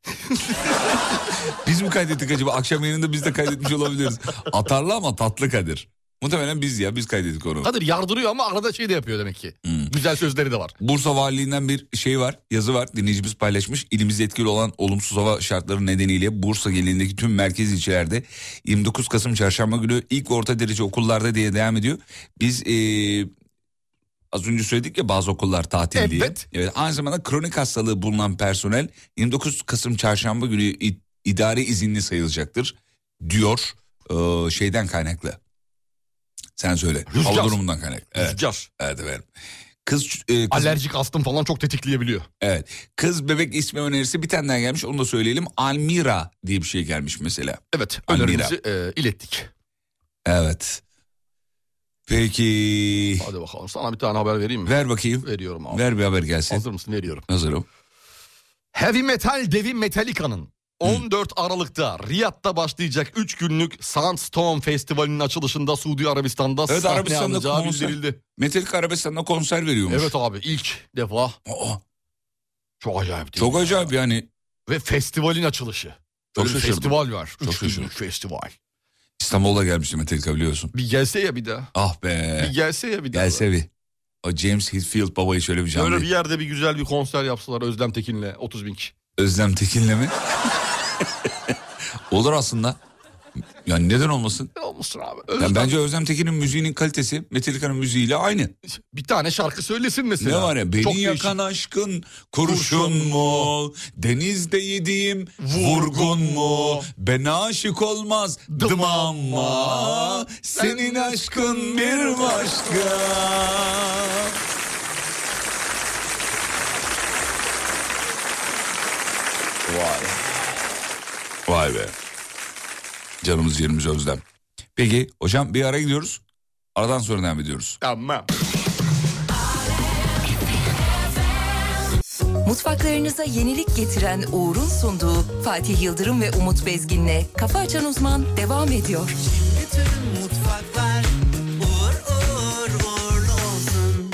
D: biz mi kaydettik acaba? Akşam yayınında biz de kaydetmiş olabiliriz. Atarlı ama tatlı Kadir. Muhtemelen biz ya biz kaydettik onu.
E: Kadir yardırıyor ama arada şey de yapıyor demek ki.
D: Hmm.
E: Güzel sözleri de var.
D: Bursa Valiliğinden bir şey var, yazı var. Dinleyicimiz paylaşmış. İlimizde etkili olan olumsuz hava şartları nedeniyle Bursa genelindeki tüm merkez ilçelerde 29 Kasım Çarşamba günü ilk ve orta derece okullarda diye devam ediyor. Biz eee, az önce söyledik ya bazı okullar tatil diye.
E: Evet.
D: Evet. Aynı zamanda kronik hastalığı bulunan personel 29 Kasım Çarşamba günü i- idari izinli sayılacaktır diyor eee, şeyden kaynaklı. Sen söyle. Hava
E: Rüzgar.
D: durumundan kaynaklı. Evet,
E: Rüzgar.
D: evet efendim. Kız, e, eee, kız
E: Alerjik astım falan çok tetikleyebiliyor.
D: Evet. Kız bebek ismi önerisi bir tane daha gelmiş. Onu da söyleyelim. Almira diye bir şey gelmiş mesela.
E: Evet
D: Amira.
E: önerimizi e, ilettik.
D: Evet. Peki.
E: Hadi bakalım sana bir tane haber vereyim mi?
D: Ver bakayım.
E: Veriyorum abi.
D: Ver bir haber gelsin.
E: Hazır mısın? Veriyorum.
D: Hazırım.
E: Heavy metal devi Metallica'nın 14 Aralık'ta Riyad'da başlayacak 3 günlük Sandstorm Festivali'nin açılışında Suudi Arabistan'da
D: Evet,
E: sahne
D: Arabistan'da
E: alınacağı
D: konser.
E: bildirildi.
D: Metallica Arabistan'da konser veriyormuş.
E: Evet abi ilk defa
D: Aa,
E: çok acayip değil
D: çok
E: mi?
D: acayip yani.
E: Ve festivalin açılışı.
D: Çok
E: Öyle bir
D: şaşırdım.
E: festival var. 3
D: şaşırdım.
E: günlük festival.
D: İstanbul'a gelmişti Metallica biliyorsun.
E: Bir gelse ya bir daha.
D: Ah
E: Bir
D: be.
E: gelse ya bir daha.
D: Gelse bir. O James Hetfield babayı şöyle bir canlı.
E: Böyle bir yerde bir güzel bir konser yapsalar Özlem Tekin'le 30 bin kişi.
D: Özlem Tekin'le mi? Olur aslında. Yani neden olmasın?
E: Ne olmuşsun E, abi?
D: Yani
E: Özlem
D: bence Özlem Tekin'in müziğinin kalitesi Metallica'nın müziğiyle aynı.
E: bir tane şarkı söylesin
D: Ne
E: mesela.
D: var ya beni
E: Çok değişik.
D: yakan aşkın kurşun
E: Kurşun
D: mu? Denizde yediğim vurgun mu? Ben aşık olmaz dım ama senin aşkın bir başka. Vay. Vay be. Canımız yerimiz özlem. Peki hocam bir ara gidiyoruz. Aradan sonra devam ediyoruz.
E: Tamam.
A: Mutfaklarınıza yenilik getiren Uğur'un sunduğu Fatih Yıldırım ve Umut Bezgin'le Kafa Açan Uzman devam ediyor.
C: Bütün mutfaklar uğur uğur uğurlu olsun.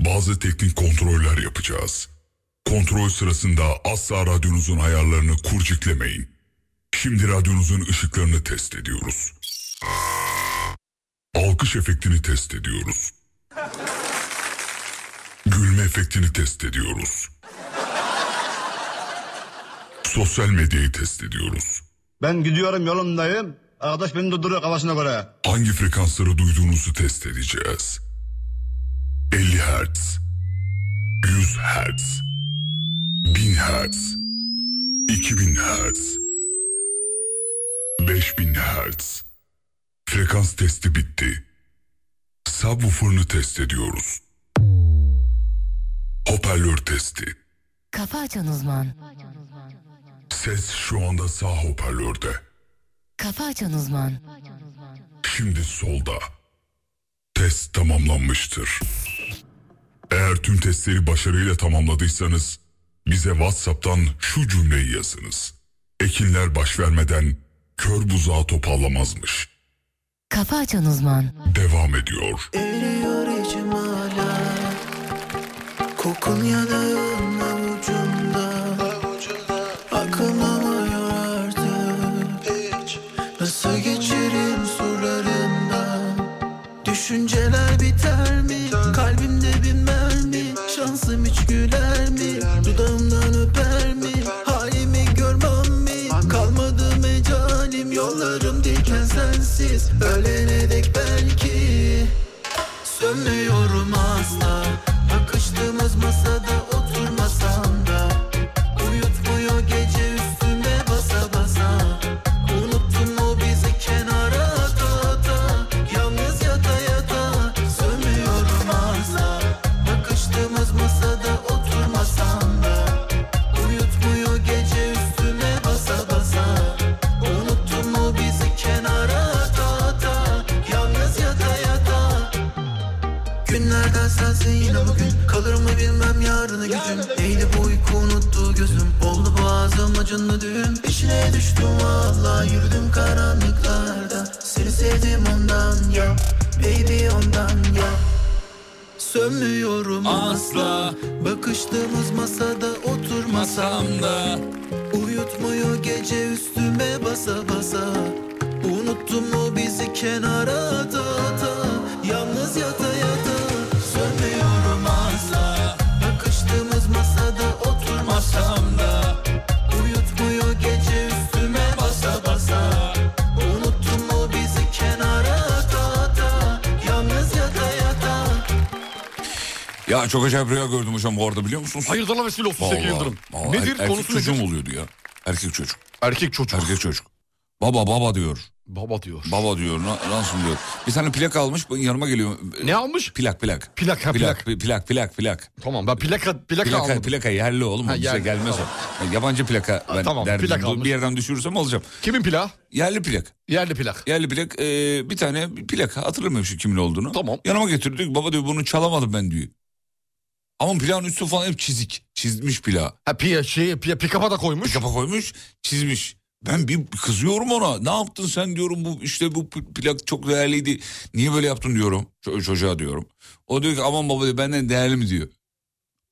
I: bazı teknik kontroller yapacağız. Kontrol sırasında asla radyonuzun ayarlarını kurciklemeyin. Şimdi radyonuzun ışıklarını test ediyoruz. Alkış efektini test ediyoruz. Gülme efektini test ediyoruz. Sosyal medyayı test ediyoruz.
J: Ben gidiyorum yolumdayım. Arkadaş beni durduruyor kafasına göre.
I: Hangi frekansları duyduğunuzu test edeceğiz. 50 Hz, 100 Hz, 1000 Hz, 2000 Hz, 5000 Hz. Frekans testi bitti. Subwoofer'ını test ediyoruz. Hoparlör testi.
A: Kafa açan uzman.
I: Ses şu anda sağ hoparlörde.
A: Kafa açan uzman.
I: Şimdi solda. Test tamamlanmıştır. Eğer tüm testleri başarıyla tamamladıysanız bize WhatsApp'tan şu cümleyi yazınız. Ekinler baş vermeden kör buzağı topallamazmış.
A: Kafa açan uzman.
I: Devam ediyor.
C: Eriyor içim hala Kokun yanağın avucumda Aklım alıyor artık Nasıl geçerim sorularından Düşünceler biter mi? Kalbimde binmez mi? Şansım hiç güler mi? Dudağımdan öper mi? Halimi görmem mi? Kalmadı mecalim Yollarım diken sensiz Ölene dek belki Sönmüyorum asla Bakıştığımız masada oturmasam da Uyutmuyor gece üstüme basa basa Unuttun mu bizi kenara ata ata Yalnız yata yata Sönmüyorum asla Bakıştığımız masada oturmasam da Uyutmuyor gece üstüme basa basa Unuttun mu bizi kenara ata ata Yalnız yata yata Günlerden sensin yine bugün Kalır mı bilmem yarını gücüm Neydi bu uyku unuttu gözüm Oldu boğazım acınlı düğüm İşine düştüm valla yürüdüm karanlıklarda Seni sevdim ondan ya Baby ondan ya Sönmüyorum asla Bakıştığımız masada oturmasam da Uyutmuyor gece üstüme basa basa Unuttun mu bizi kenara ata ata Yalnız yata yata Sönmüyorum asla Bakıştığımız masada oturmasam da Uyutmuyor gece üstüme basa basa Unuttun mu bizi kenara ata ata Yalnız yata yata
D: Ya çok acayip rüya gördüm hocam bu arada biliyor musunuz?
E: Hayırdır lan vesile olsun
D: Vallahi,
E: sevgili Yıldırım.
D: vallahi.
E: Nedir
D: erkek
E: konusu
D: çocuğum
E: nedir?
D: oluyordu ya. Erkek çocuk.
E: Erkek çocuk.
D: Erkek çocuk. Baba baba diyor.
E: Baba diyor.
D: Baba diyor. na- Nasıl diyor. Bir tane plak almış yanıma geliyor.
E: Ne almış?
D: Plak plak.
E: Plak, ha, plak.
D: Plak plak plak. plak.
E: Tamam ben plaka, plaka,
D: Plaka,
E: almadım.
D: plaka yerli oğlum.
E: Ha,
D: bize
E: yerli,
D: gelmez
E: tamam.
D: o. Yani yabancı plaka ben
E: tamam,
D: derdim.
E: plak
D: Bu-
E: almış.
D: bir yerden düşürürsem alacağım.
E: Kimin plağı?
D: Yerli plak.
E: Yerli plak.
D: Yerli plak. e, bir tane plaka hatırlamıyorum şu kimin olduğunu.
E: Tamam.
D: Yanıma getirdik. Baba diyor bunu çalamadım ben diyor. Ama plağın üstü falan hep çizik. Çizmiş plağı.
E: Ha piya şey piya pikapa da koymuş.
D: Kafa koymuş çizmiş. Ben bir kızıyorum ona. Ne yaptın sen diyorum bu işte bu pl- plak çok değerliydi. Niye böyle yaptın diyorum ço- çocuğa diyorum. O diyor ki aman baba diyor benden değerli mi diyor.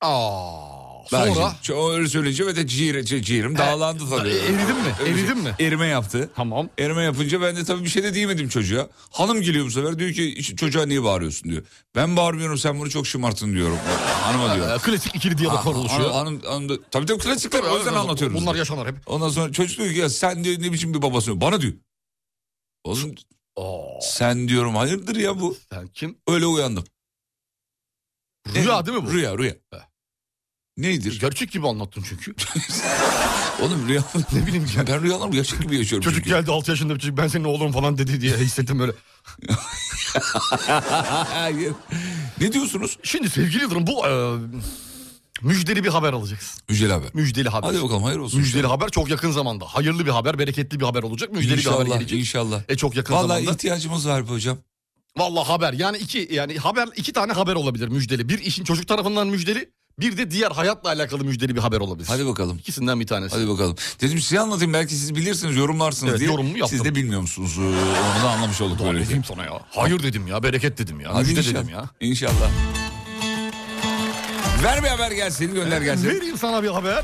E: Aa.
D: Ben
E: Sonra
D: şimdi- o öyle söyleyince ve de ciğer, ci- ciğerim dağlandı tabii.
E: e, eridin mi?
D: Öyle
E: Eridin
D: şey-
E: mi?
D: Erime yaptı.
E: Tamam.
D: Erime yapınca ben de tabii bir şey de diyemedim çocuğa. Hanım geliyor bu sefer diyor ki "Ç- çocuğa niye bağırıyorsun diyor. Ben bağırmıyorum sen bunu çok şımartın diyorum. Hanıma diyor.
E: e, klasik ikili diyaloglar
D: Ha-
E: oluşuyor.
D: Hanım, hanım da- tabii tabii klasikler o yüzden
E: Bunlar-
D: anlatıyoruz.
E: Bunlar
D: biz.
E: yaşanır hep.
D: Ondan sonra çocuk diyor ki ya sen diyor ne biçim bir babasın diyor. bana diyor. Oğlum
E: Aa,
D: sen diyorum hayırdır ya bu.
E: sen kim?
D: Öyle uyandım.
E: Rüya
D: Evet,
E: değil mi bu?
D: Rüya rüya.
E: He.
D: Neydir?
E: Gerçek gibi anlattın çünkü.
D: Oğlum rüya
E: ne bileyim ya.
D: ben rüyalarımı gerçek gibi yaşıyorum.
E: Çocuk
D: çünkü.
E: geldi 6 yaşında bir çocuk ben senin oğlum falan dedi diye hissettim böyle.
D: Hayır. ne diyorsunuz?
E: Şimdi sevgili Yıldırım bu e, müjdeli bir haber alacaksın.
D: Müjdeli haber.
E: Müjdeli haber.
D: Hadi bakalım hayır olsun.
E: Müjdeli haber çok yakın zamanda. Hayırlı bir haber, bereketli bir haber olacak. Müjdeli bir haber
D: İnşallah,
E: gelecek.
D: inşallah.
E: E çok yakın
D: Vallahi
E: zamanda.
D: ihtiyacımız var bu hocam.
E: Vallahi haber. Yani iki yani haber iki tane haber olabilir müjdeli. Bir işin çocuk tarafından müjdeli, bir de diğer hayatla alakalı müjdeli bir haber olabilir.
D: Hadi bakalım.
E: İkisinden bir tanesi.
D: Hadi bakalım. Dedim size anlatayım belki siz bilirsiniz yorumlarsınız
E: Evet,
D: diye.
E: yorumu yaptım.
D: Siz de bilmiyor musunuz? Ee, Onu da anlamış olduk
E: Doğru
D: böylece.
E: dedim sana ya. Hayır dedim ya, bereket dedim ya,
D: Hadi
E: müjde
D: inşallah.
E: dedim ya.
D: İnşallah. Ver bir haber gelsin gönder gelsin.
E: Vereyim sana bir haber.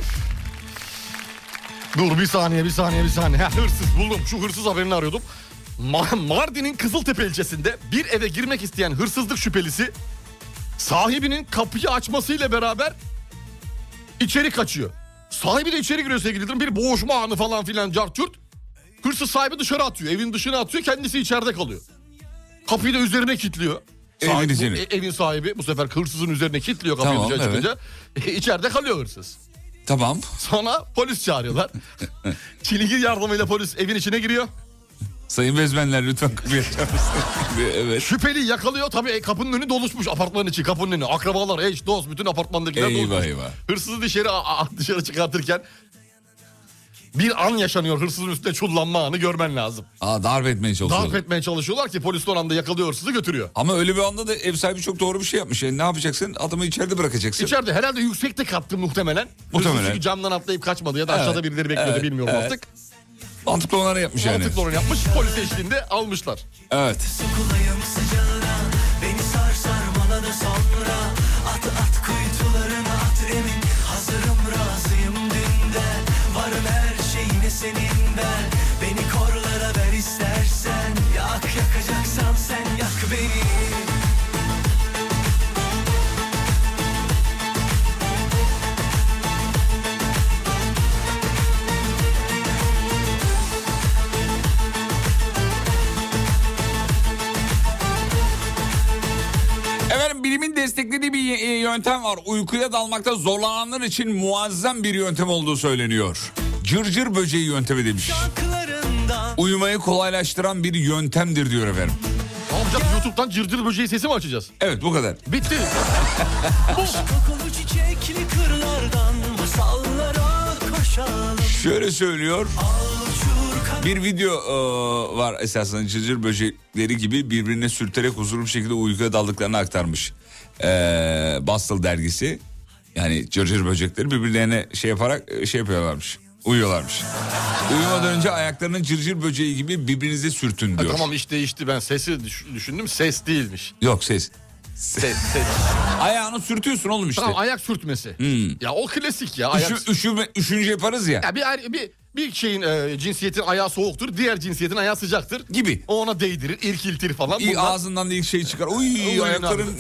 E: Dur bir saniye bir saniye bir saniye. Ha, hırsız buldum şu hırsız haberini arıyordum. Ma- Mardin'in Kızıltepe ilçesinde bir eve girmek isteyen hırsızlık şüphelisi sahibinin kapıyı açmasıyla beraber içeri kaçıyor. Sahibi de içeri giriyor sevgili Yıldırım. Bir boğuşma anı falan filan cartçurt. Hırsız sahibi dışarı atıyor. Evin dışına atıyor. Kendisi içeride kalıyor. Kapıyı da üzerine kilitliyor.
D: Evin
E: Sahibi-
D: üzerine.
E: e- evin sahibi bu sefer hırsızın üzerine kilitliyor kapıyı
D: Tamam,
E: dışarı çıkınca. içeride kalıyor hırsız.
D: Tamam.
E: Sonra polis çağırıyorlar. Çilingir yardımıyla polis evin içine giriyor.
D: Sayın bezmenler lütfen kapıyı açar mısınız?
E: Ee,
D: evet.
E: Şüpheli yakalıyor. Tabii e, kapının önü doluşmuş apartmanın içi. Kapının önü. Akrabalar, eş, dost bütün apartmandakiler
D: Eyvah,
E: doluşmuş.
D: eyvah.
E: Hırsızı dışarı, a- a- dışarı çıkartırken bir an yaşanıyor. Hırsızın üstüne çullanma anı görmen lazım.
D: Aa darp etmeye çalışıyorlar.
E: Darp etmeye çalışıyorlar ki polis son anda yakalıyor hırsızı götürüyor.
D: Ama öyle bir anda da ev sahibi çok doğru bir şey yapmış. Yani ne yapacaksın? Adamı içeride bırakacaksın.
E: İçeride herhalde yüksekte kattı muhtemelen.
D: Muhtemelen.
E: Hırsız çünkü camdan atlayıp kaçmadı ya da
D: Evet,
E: aşağıda birileri bekliyordu
D: evet,
E: bilmiyorum
D: evet.
E: artık.
D: Mantıklı olanı yapmış yani.
E: Mantıklı olan yapmış polis eşliğinde almışlar.
D: Evet.
B: Sokulayım sıcağına Beni sar sarmaladı sonra At at kuytularına at emin Hazırım razıyım dünden Varım her şeyine senin ben Beni korlara ver istersen Yak yakacaksan sen yak beni
D: Efendim bilimin desteklediği bir y- yöntem var. Uykuya dalmakta zorlananlar için muazzam bir yöntem olduğu söyleniyor. Cırcır böceği yöntemi demiş.
B: Aklarından
D: Uyumayı kolaylaştıran bir yöntemdir diyor efendim.
E: Ne yapacağız? YouTube'dan cırcır böceği sesi mi açacağız?
D: Evet bu kadar.
E: Bitti.
B: Kokulu çiçekli kırlardan Masallara koşalım
D: Şöyle söylüyor.
B: Al uçur kanat
D: Bir video e, var esasında cırcır böcekleri gibi birbirine sürterek huzurlu bir şekilde uykuya daldıklarını aktarmış. E, Bastel dergisi. Yani cırcır böcekleri birbirlerine şey yaparak e, şey yapıyorlarmış. Uyuyorlarmış. Uyumadan önce ayaklarının cırcır böceği gibi birbirinize sürtün diyor.
E: Tamam iş değişti ben sesi düş- düşündüm ses değilmiş.
D: Yok ses.
E: Ses, ses.
D: Ayağını sürtüyorsun oğlum işte.
E: Tamam ayak sürtmesi.
D: Hmm.
E: Ya o klasik ya. Ayak...
D: Üşü, üşüme, üşünce yaparız ya.
E: Ya bir, er- bir, bir şeyin e, cinsiyetin ayağı soğuktur diğer cinsiyetin ayağı sıcaktır.
D: Gibi.
E: O ona değdirir irkiltir falan.
D: İyi,
E: Bunlar-
D: ağzından da ilk şey çıkar. Uy,
E: Uy,
D: ayakların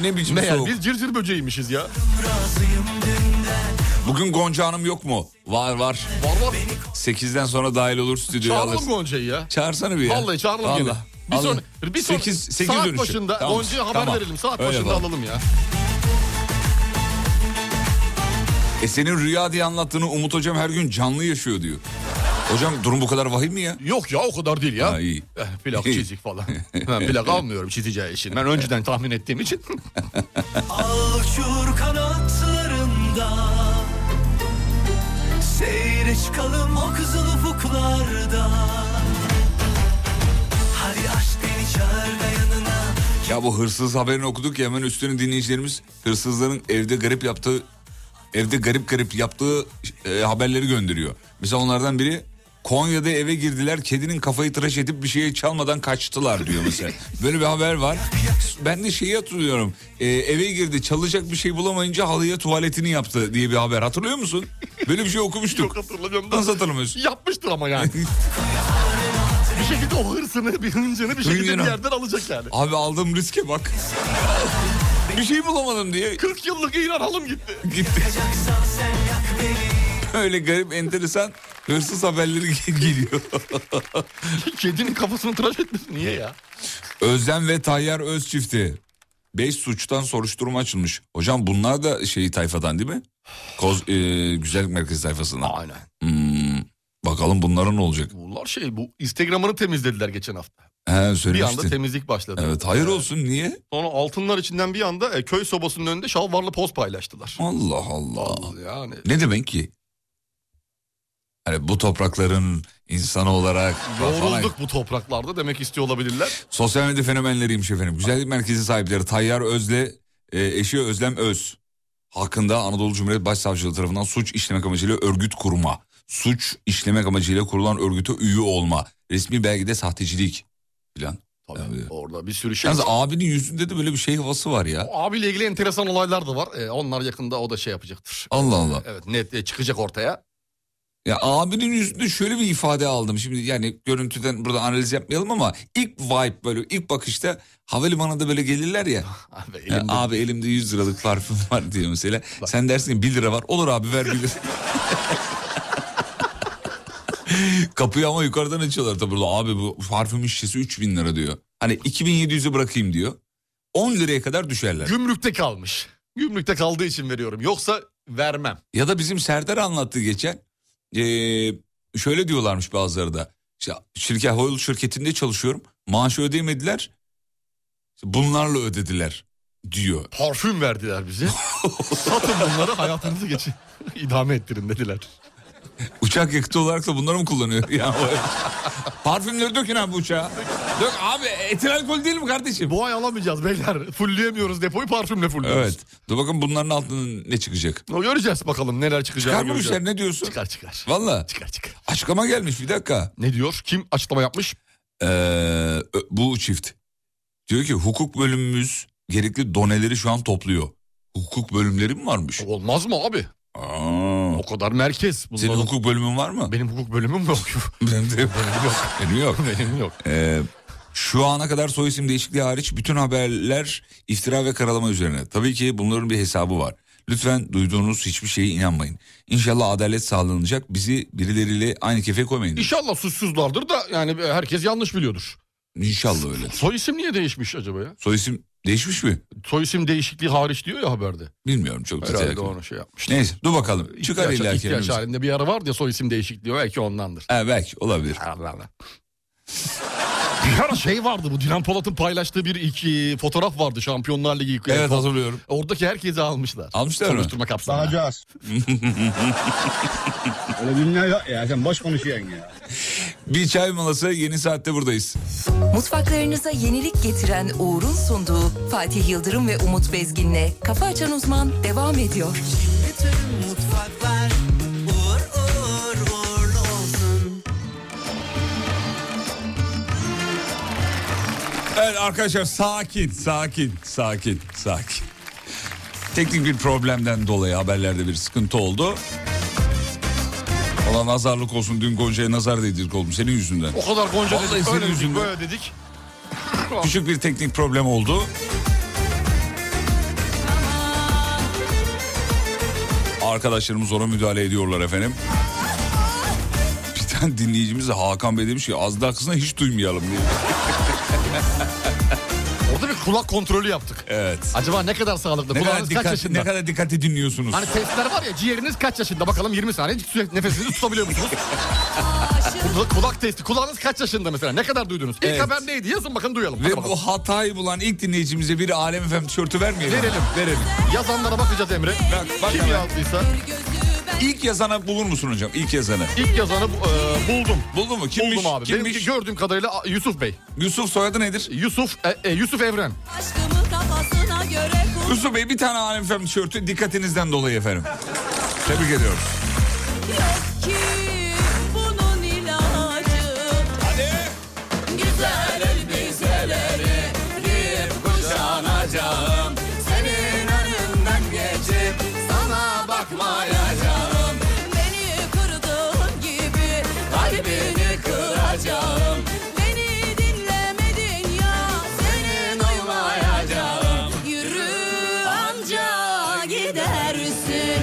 D: ne biçim
E: Meğer
D: soğuk.
E: biz cırcır böceğiymişiz ya.
D: Bugün Gonca Hanım yok mu? Var var.
E: Var var.
D: 8'den sonra dahil olur stüdyoya
E: Çağıralım
D: alırsın.
E: Gonca'yı ya.
D: Çağırsana bir ya.
E: Vallahi çağıralım
D: Vallahi.
E: gene. Bir
D: Alın.
E: sonra, bir sonra
D: Sekiz- sekiz
E: saat
D: dönüşü.
E: başında
D: Tamam,
E: Gonca'ya haber
D: tamam.
E: verelim. Saat
D: Öyle
E: başında
D: yapalım.
E: alalım ya.
D: E senin rüya diye anlattığını Umut Hocam her gün canlı yaşıyor diyor. Hocam durum bu kadar vahim mi ya?
E: Yok ya o kadar değil ya.
D: Ha, iyi.
E: Eh, plak çizik falan. ben plak almıyorum çizeceği için. Ben önceden tahmin ettiğim için.
B: Al uçur kanatlarında Seyre çıkalım o kızıl ufuklarda Hadi aşk beni çağır da yanına
D: Ya bu hırsız haberini okuduk ya hemen üstüne dinleyicilerimiz hırsızların evde garip yaptığı evde garip garip yaptığı e, haberleri gönderiyor. Mesela onlardan biri Konya'da eve girdiler kedinin kafayı tıraş edip bir şeye çalmadan kaçtılar diyor mesela. Böyle bir haber var. Ben de şeyi hatırlıyorum. E, eve girdi çalacak bir şey bulamayınca halıya tuvaletini yaptı diye bir haber. Hatırlıyor musun? Böyle bir şey okumuştuk.
E: Yok hatırlamıyorum. da.
D: Nasıl hatırlamıyorsun?
E: Yapmıştır ama yani. bir şekilde o hırsını, bir hıncını bir şekilde
D: Hıncını.
E: bir yerden alacak yani.
D: Abi aldığım riske bak. bir şey bulamadım diye
E: 40 yıllık İran hanım gitti.
D: gitti. Öyle garip enteresan hırsız haberleri gel- geliyor.
E: Kedinin kafasını tıraş etmiş. Niye ya?
D: Özlem ve Tayyar Öz çifti. 5 suçtan soruşturma açılmış. Hocam bunlar da şeyi tayfadan değil mi? Koz, e, güzellik merkezi tayfasından.
E: Aynen.
D: Hmm, bakalım bunların ne olacak?
E: Bunlar şey bu Instagram'ını temizlediler geçen hafta.
D: He
E: Bir anda
D: söylemiştin.
E: temizlik başladı.
D: Evet hayır olsun niye?
E: Sonra altınlar içinden bir anda e, köy sobasının önünde şalvarlı poz paylaştılar.
D: Allah Allah.
E: Yani
D: Ne demek ki? Hani bu toprakların insanı olarak falan.
E: yorulduk bu topraklarda demek istiyor olabilirler.
D: Sosyal medya fenomenleriymiş efendim. Güzellik merkezi sahipleri Tayyar Özle, e, eşi Özlem Öz hakkında Anadolu Cumhuriyet Başsavcılığı tarafından suç işlemek amacıyla örgüt kurma, suç işlemek amacıyla kurulan örgüte üye olma, resmi belgede sahtecilik filan.
E: Tabii. Orada bir sürü şey.
D: Yalnız abinin yüzünde de böyle bir şey havası var ya.
E: Abiyle ilgili enteresan olaylar da var. Ee, onlar yakında o da şey yapacaktır.
D: Allah Allah.
E: Evet net e, çıkacak ortaya.
D: Ya abinin yüzünde şöyle bir ifade aldım. Şimdi yani görüntüden burada analiz yapmayalım ama ilk vibe böyle ilk bakışta havalimanında böyle gelirler ya.
E: Abi,
D: Ya
E: elimde-
D: abi elimde 100 liralık parfüm var diyor mesela. Sen dersin ki 1 lira var. Olur abi ver 1 lira. Kapıyı ama yukarıdan açıyorlar tabii. Burada. Abi bu parfümün şişesi 3000 lira diyor. Hani 2700'ü bırakayım diyor. 10 liraya kadar düşerler.
E: Gümrükte kalmış. Gümrükte kaldığı için veriyorum. Yoksa vermem.
D: Ya da bizim Serdar anlattı geçen. Ee, şöyle diyorlarmış bazıları da. İşte şirket, oil şirketinde çalışıyorum. Maaşı ödeyemediler. Bunlarla ödediler diyor.
E: Parfüm verdiler bize. Satın bunları hayatınızı geçin. İdame ettirin dediler.
D: Uçak yakıtı olarak da bunları mı kullanıyor? Ya, parfümleri dökün abi uçağa. Dök abi etil alkol değil mi kardeşim?
E: Bu ay alamayacağız beyler. Fulleyemiyoruz depoyu parfümle fullüyoruz.
D: Evet. Dur bakın bunların altından ne çıkacak?
E: Göreceğiz bakalım neler çıkacak.
D: Çıkarmamışlar ne diyorsun?
E: Çıkar çıkar.
D: Valla
E: Çıkar çıkar.
D: açıklama gelmiş bir dakika.
E: Ne diyor? Kim açıklama yapmış?
D: Ee, ö- bu çift. Diyor ki hukuk bölümümüz gerekli doneleri şu an topluyor. Hukuk bölümleri mi varmış?
E: Olmaz mı abi?
D: Aa,
E: O kadar merkez. Bunlar...
D: senin hukuk bölümün var mı?
E: Benim hukuk bölümüm yok.
D: Benim de yok. Benim yok.
E: Benim yok.
D: Ee, şu ana kadar soy isim değişikliği hariç bütün haberler iftira ve karalama üzerine. Tabii ki bunların bir hesabı var. Lütfen duyduğunuz hiçbir şeye inanmayın. İnşallah adalet sağlanacak. Bizi birileriyle aynı kefe koymayın.
E: İnşallah suçsuzlardır da yani e, herkes yanlış biliyordur.
D: İnşallah öyle.
E: Soy isim niye değişmiş acaba ya?
D: Soy isim değişmiş mi?
E: Soy isim değişikliği hariç diyor ya haberde.
D: Bilmiyorum çok detaylı.
E: Herhalde onu şey yapmış.
D: Neyse dur bakalım. Çıkar
E: İhtiyaç-
D: ileriki
E: ihtiyaç
D: elimiz.
E: halinde bir ara var ya soy isim değişikliği belki ondandır.
D: Ha, belki olabilir.
E: Allah Allah. bir ara şey vardı bu Dinan Polat'ın paylaştığı bir iki fotoğraf vardı Şampiyonlar Ligi.
D: Evet
E: Fo-
D: hatırlıyorum.
E: Oradaki herkesi almışlar.
D: Almışlar mı?
E: Soruşturma kapsamında.
J: Sağacağız. Öyle dünya yok ya sen boş konuşuyorsun ya.
D: Bir çay molası yeni saatte buradayız.
K: Mutfaklarınıza yenilik getiren Uğur'un sunduğu Fatih Yıldırım ve Umut Bezgin'le Kafa Açan Uzman devam ediyor.
B: Bütün mutfaklar uğur uğur uğurlu olsun.
D: Evet arkadaşlar sakin sakin sakin sakin. Teknik bir problemden dolayı haberlerde bir sıkıntı oldu. Valla nazarlık olsun dün Gonca'ya nazar değdirdik oğlum senin yüzünden.
E: O kadar Gonca
D: Vallahi
E: dedik,
D: senin
E: öyle dedik,
D: yüzünden.
E: böyle dedik. Oh.
D: Küçük bir teknik problem oldu. Arkadaşlarımız ona müdahale ediyorlar efendim. Bir tane dinleyicimiz de Hakan Bey demiş ki az daha kızına hiç duymayalım diye.
E: Orada bir kulak kontrolü yaptık.
D: Evet.
E: Acaba ne kadar sağlıklı?
D: Ne kadar,
E: Kulağınız kaç
D: dikkat,
E: yaşında?
D: ne kadar dikkatli dinliyorsunuz.
E: Hani testler var ya ciğeriniz kaç yaşında bakalım 20 saniye sürekli nefesinizi tutabiliyor musunuz? kulak, kulak testi kulağınız kaç yaşında mesela ne kadar duydunuz? İlk
D: Evet.
E: haber neydi yazın bakın duyalım. Hadi
D: Ve
E: bakalım.
D: bu hatayı bulan ilk dinleyicimize bir Alem Efem tişörtü vermeyelim.
E: Verelim.
D: Verelim.
E: Yazanlara bakacağız Emre.
D: Bak, bak
E: Kim
D: hemen.
E: yazdıysa
D: İlk yazana bulur musun hocam? İlk yazanı.
E: ilk yazanı bu- e, buldum.
D: Buldun mu? Kimmiş?
E: Buldum abi.
D: Kimmiş?
E: Benimki gördüğüm kadarıyla a, Yusuf Bey.
D: Yusuf soyadı nedir?
E: Yusuf e, e, Yusuf Evren.
D: Yusuf Bey bir tane Alem Efem tişörtü dikkatinizden dolayı efendim. Tebrik ediyoruz.
L: Beni kırdığın gibi kalbini kıracağım Beni dinlemedin ya seni duymayacağım Yürü anca gidersin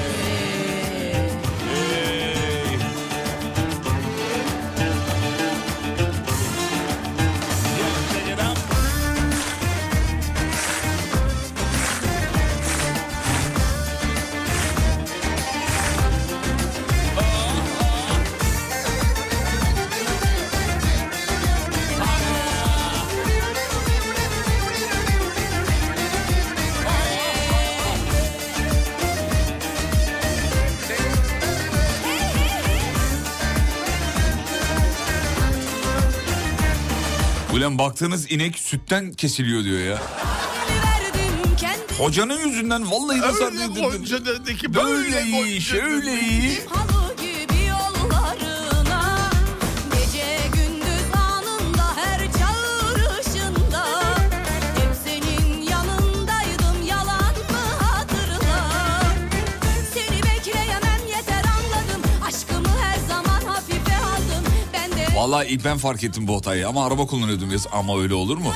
D: Ulan baktığınız inek sütten kesiliyor diyor ya.
L: Verdim kendi
D: Hocanın yüzünden vallahi nazar
E: Öyle
D: değdirdim.
E: Gonca dedi ki
D: Böyle iyi, şöyle iyi.
L: halı gibi yollarına Gece gündüz anında her çağrışında
D: Vallahi ilk ben fark ettim bu hatayı ama araba kullanıyordum yaz ama öyle olur mu?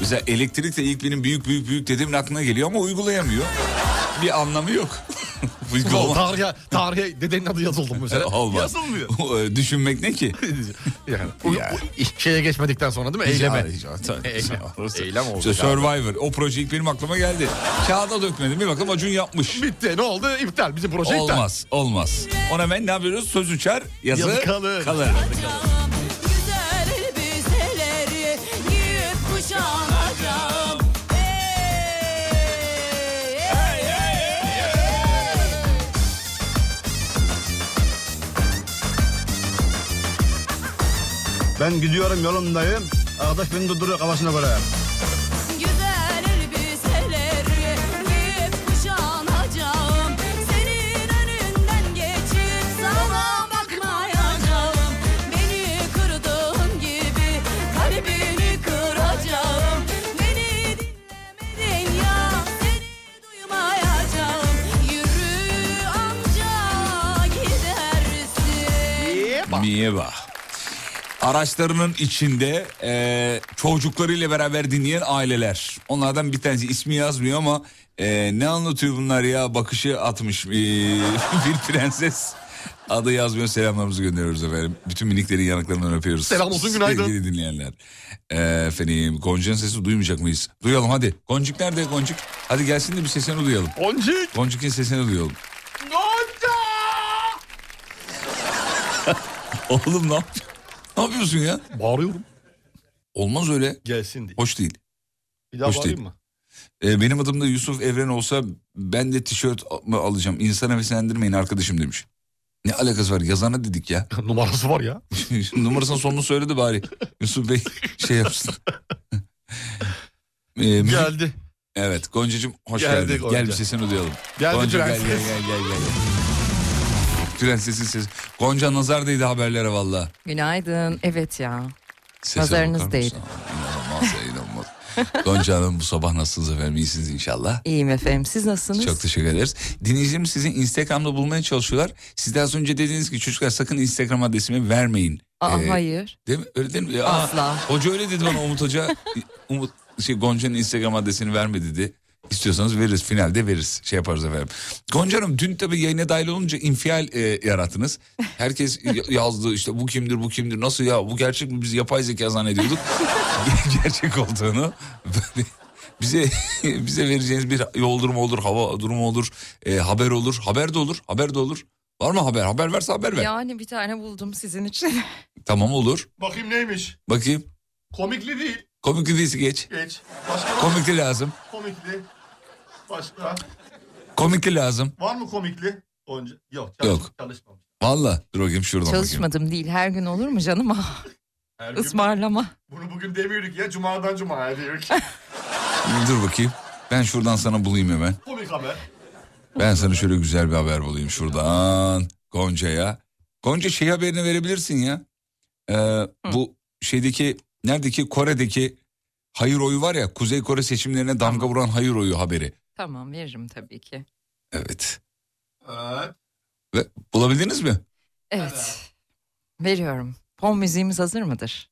D: Mesela elektrik de ilk benim büyük büyük büyük dedemin aklına geliyor ama uygulayamıyor. Bir anlamı yok.
E: Yok,
D: Uygulama-
E: tarihe, tarihe dedenin adı yazıldı mesela.
D: Olmaz. e,
E: Yazılmıyor.
D: Düşünmek ne ki?
E: yani, u-
D: Yani.
E: u- şeye geçmedikten sonra değil mi? Eyleme.
D: Eylem.
E: Eylem. Eylem oldu.
D: İşte Survivor. O proje ilk benim aklıma geldi. Kağıda dökmedim. Bir bakın Acun yapmış.
E: Bitti ne oldu? İptal. Bizim proje iptal.
D: Olmaz, olmaz. Ona ben ne yapıyoruz? Söz uçar, yazı,
E: Yazı
D: kalır.
E: kalır.
H: Güzel elbiseleri giyip kuşanacağım Ey, ey,
J: Ben gidiyorum yolumdayım. Arkadaş beni durduruyor kafasına göre.
H: Güzel elbiseleri giyip kuşanacağım Senin önünden geçip sana bakmayacağım Beni kırdığın gibi kalbini kıracağım Beni dinlemedin ya seni duymayacağım Yürü amca gidersin
D: Niye bak? Araçlarının içinde e, çocuklarıyla beraber dinleyen aileler. Onlardan bir tanesi ismi yazmıyor ama e, ne anlatıyor bunlar ya bakışı atmış e, bir prenses. Adı yazmıyor selamlarımızı gönderiyoruz efendim. Bütün miniklerin yanaklarından öpüyoruz.
E: Selam olsun, günaydın.
D: Sevgili dinleyenler. E, efendim Gonca'nın sesi duymayacak mıyız? Duyalım hadi. Goncuk nerede Goncuk? Hadi gelsin de bir sesini duyalım.
E: Oncik.
D: Goncuk'un sesini duyalım. Oğlum ne yapıyorsun? Ne yapıyorsun ya?
E: Bağırıyorum.
D: Olmaz öyle.
E: Gelsin diye.
D: Hoş değil.
E: Bir daha
D: hoş
E: bağırayım
D: değil.
E: mı?
D: Ee, benim adım da Yusuf Evren olsa ben de tişört mı alacağım. İnsan heveslendirmeyin arkadaşım demiş. Ne alakası var yazana dedik ya.
E: Numarası var ya.
D: Numarasının sonunu söyledi bari. Yusuf Bey şey yapsın. Ee, müzik-
E: Geldi.
D: Evet Gonca'cığım hoş
E: Geldi
D: geldin.
E: Gonca.
D: Gel bir sesini duyalım.
E: Geldi
D: gel,
E: prenses.
D: gel, gel, gel, gel. Prensesin sesi. Gonca nazar değdi haberlere valla.
A: Günaydın. Evet ya.
D: Sese
A: Nazarınız
D: bakar mısın?
A: değil.
D: İnanılmaz ya inanılmaz. Gonca Hanım bu sabah nasılsınız efendim? İyisiniz inşallah.
A: İyiyim efendim. Siz nasılsınız?
D: Çok teşekkür ederiz. Dinleyicilerimiz sizi Instagram'da bulmaya çalışıyorlar. Siz de az önce dediniz ki çocuklar sakın Instagram adresimi vermeyin.
A: Aa,
D: Ee,
A: hayır.
D: Değil mi? Öyle değil mi? Aa,
A: Asla.
D: Hoca öyle dedi bana Umut Hoca. Umut, şey, Gonca'nın Instagram adresini verme dedi. İstiyorsanız veririz. Finalde veririz. Şey yaparız efendim. Gonca Hanım dün tabii yayına dahil olunca infial e, yarattınız. Herkes y- yazdı işte bu kimdir bu kimdir nasıl ya bu gerçek mi biz yapay zeka zannediyorduk. gerçek olduğunu böyle bize bize vereceğiniz bir yol durumu olur hava durumu olur e, haber olur haber de olur haber de olur. Var mı haber? Haber varsa haber ver.
A: Yani bir tane buldum sizin için.
D: Tamam olur.
E: Bakayım neymiş?
D: Bakayım.
E: Komikli değil.
D: Komik değilse geç.
E: Geç. Başka
D: Komikli lazım.
E: komikli. Başka.
D: Komikli lazım.
E: Var mı komikli? Onca. Yok.
D: Yok.
E: Çalışmamış.
D: Valla. Dur bakayım şuradan bakayım.
A: Çalışmadım değil. Her gün olur mu canım? Ah,
E: Her
A: Ismarlama.
E: bunu bugün demiyorduk ya. Cuma'dan Cuma'ya diyoruz.
D: Dur bakayım. Ben şuradan sana bulayım hemen.
E: Komik haber.
D: Ben sana şöyle güzel bir haber bulayım şuradan. Gonca'ya. Gonca şey haberini verebilirsin ya. Ee, bu şeydeki neredeki Kore'deki hayır oyu var ya Kuzey Kore seçimlerine damga vuran hayır oyu haberi.
A: Tamam veririm tabii ki.
D: Evet.
E: Evet.
D: Ve bulabildiniz mi?
A: Evet. Veriyorum. Fon müziğimiz hazır mıdır?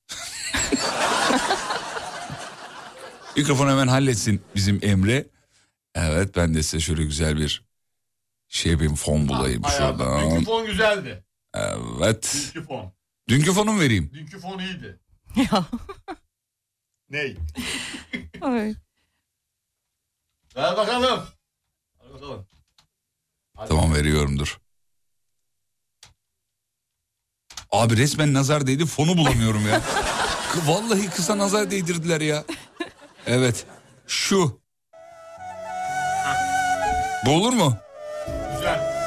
D: Mikrofonu hemen halletsin bizim Emre. Evet ben de size şöyle güzel bir şey yapayım fon bulayım şuradan.
E: fon güzeldi.
D: Evet.
E: Dünkü fon.
D: Dünkü fonumu vereyim.
E: Dünkü fon iyiydi.
A: Ya.
E: Ney?
A: Ay.
E: Ver bakalım. Ver bakalım. Hadi.
D: Tamam veriyorum dur. Abi resmen nazar değdi fonu bulamıyorum ya. K- Vallahi kısa nazar değdirdiler ya. Evet. Şu. Bu olur mu?
E: Güzel.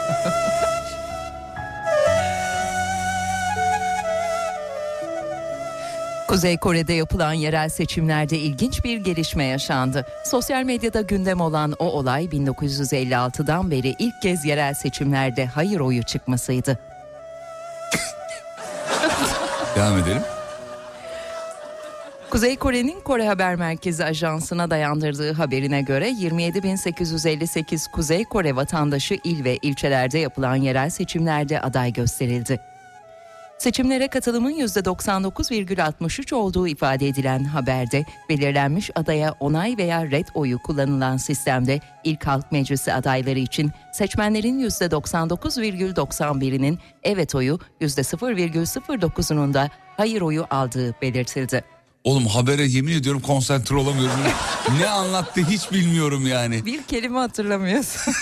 A: Kuzey Kore'de yapılan yerel seçimlerde ilginç bir gelişme yaşandı. Sosyal medyada gündem olan o olay 1956'dan beri ilk kez yerel seçimlerde hayır oyu çıkmasıydı.
D: Devam edelim.
A: Kuzey Kore'nin Kore Haber Merkezi Ajansı'na dayandırdığı haberine göre 27.858 Kuzey Kore vatandaşı il ve ilçelerde yapılan yerel seçimlerde aday gösterildi. Seçimlere katılımın %99,63 olduğu ifade edilen haberde belirlenmiş adaya onay veya red oyu kullanılan sistemde ilk halk meclisi adayları için seçmenlerin %99,91'inin evet oyu %0,09'unun da hayır oyu aldığı belirtildi.
D: Oğlum habere yemin ediyorum konsantre olamıyorum. ne anlattı hiç bilmiyorum yani.
A: Bir kelime hatırlamıyorsun.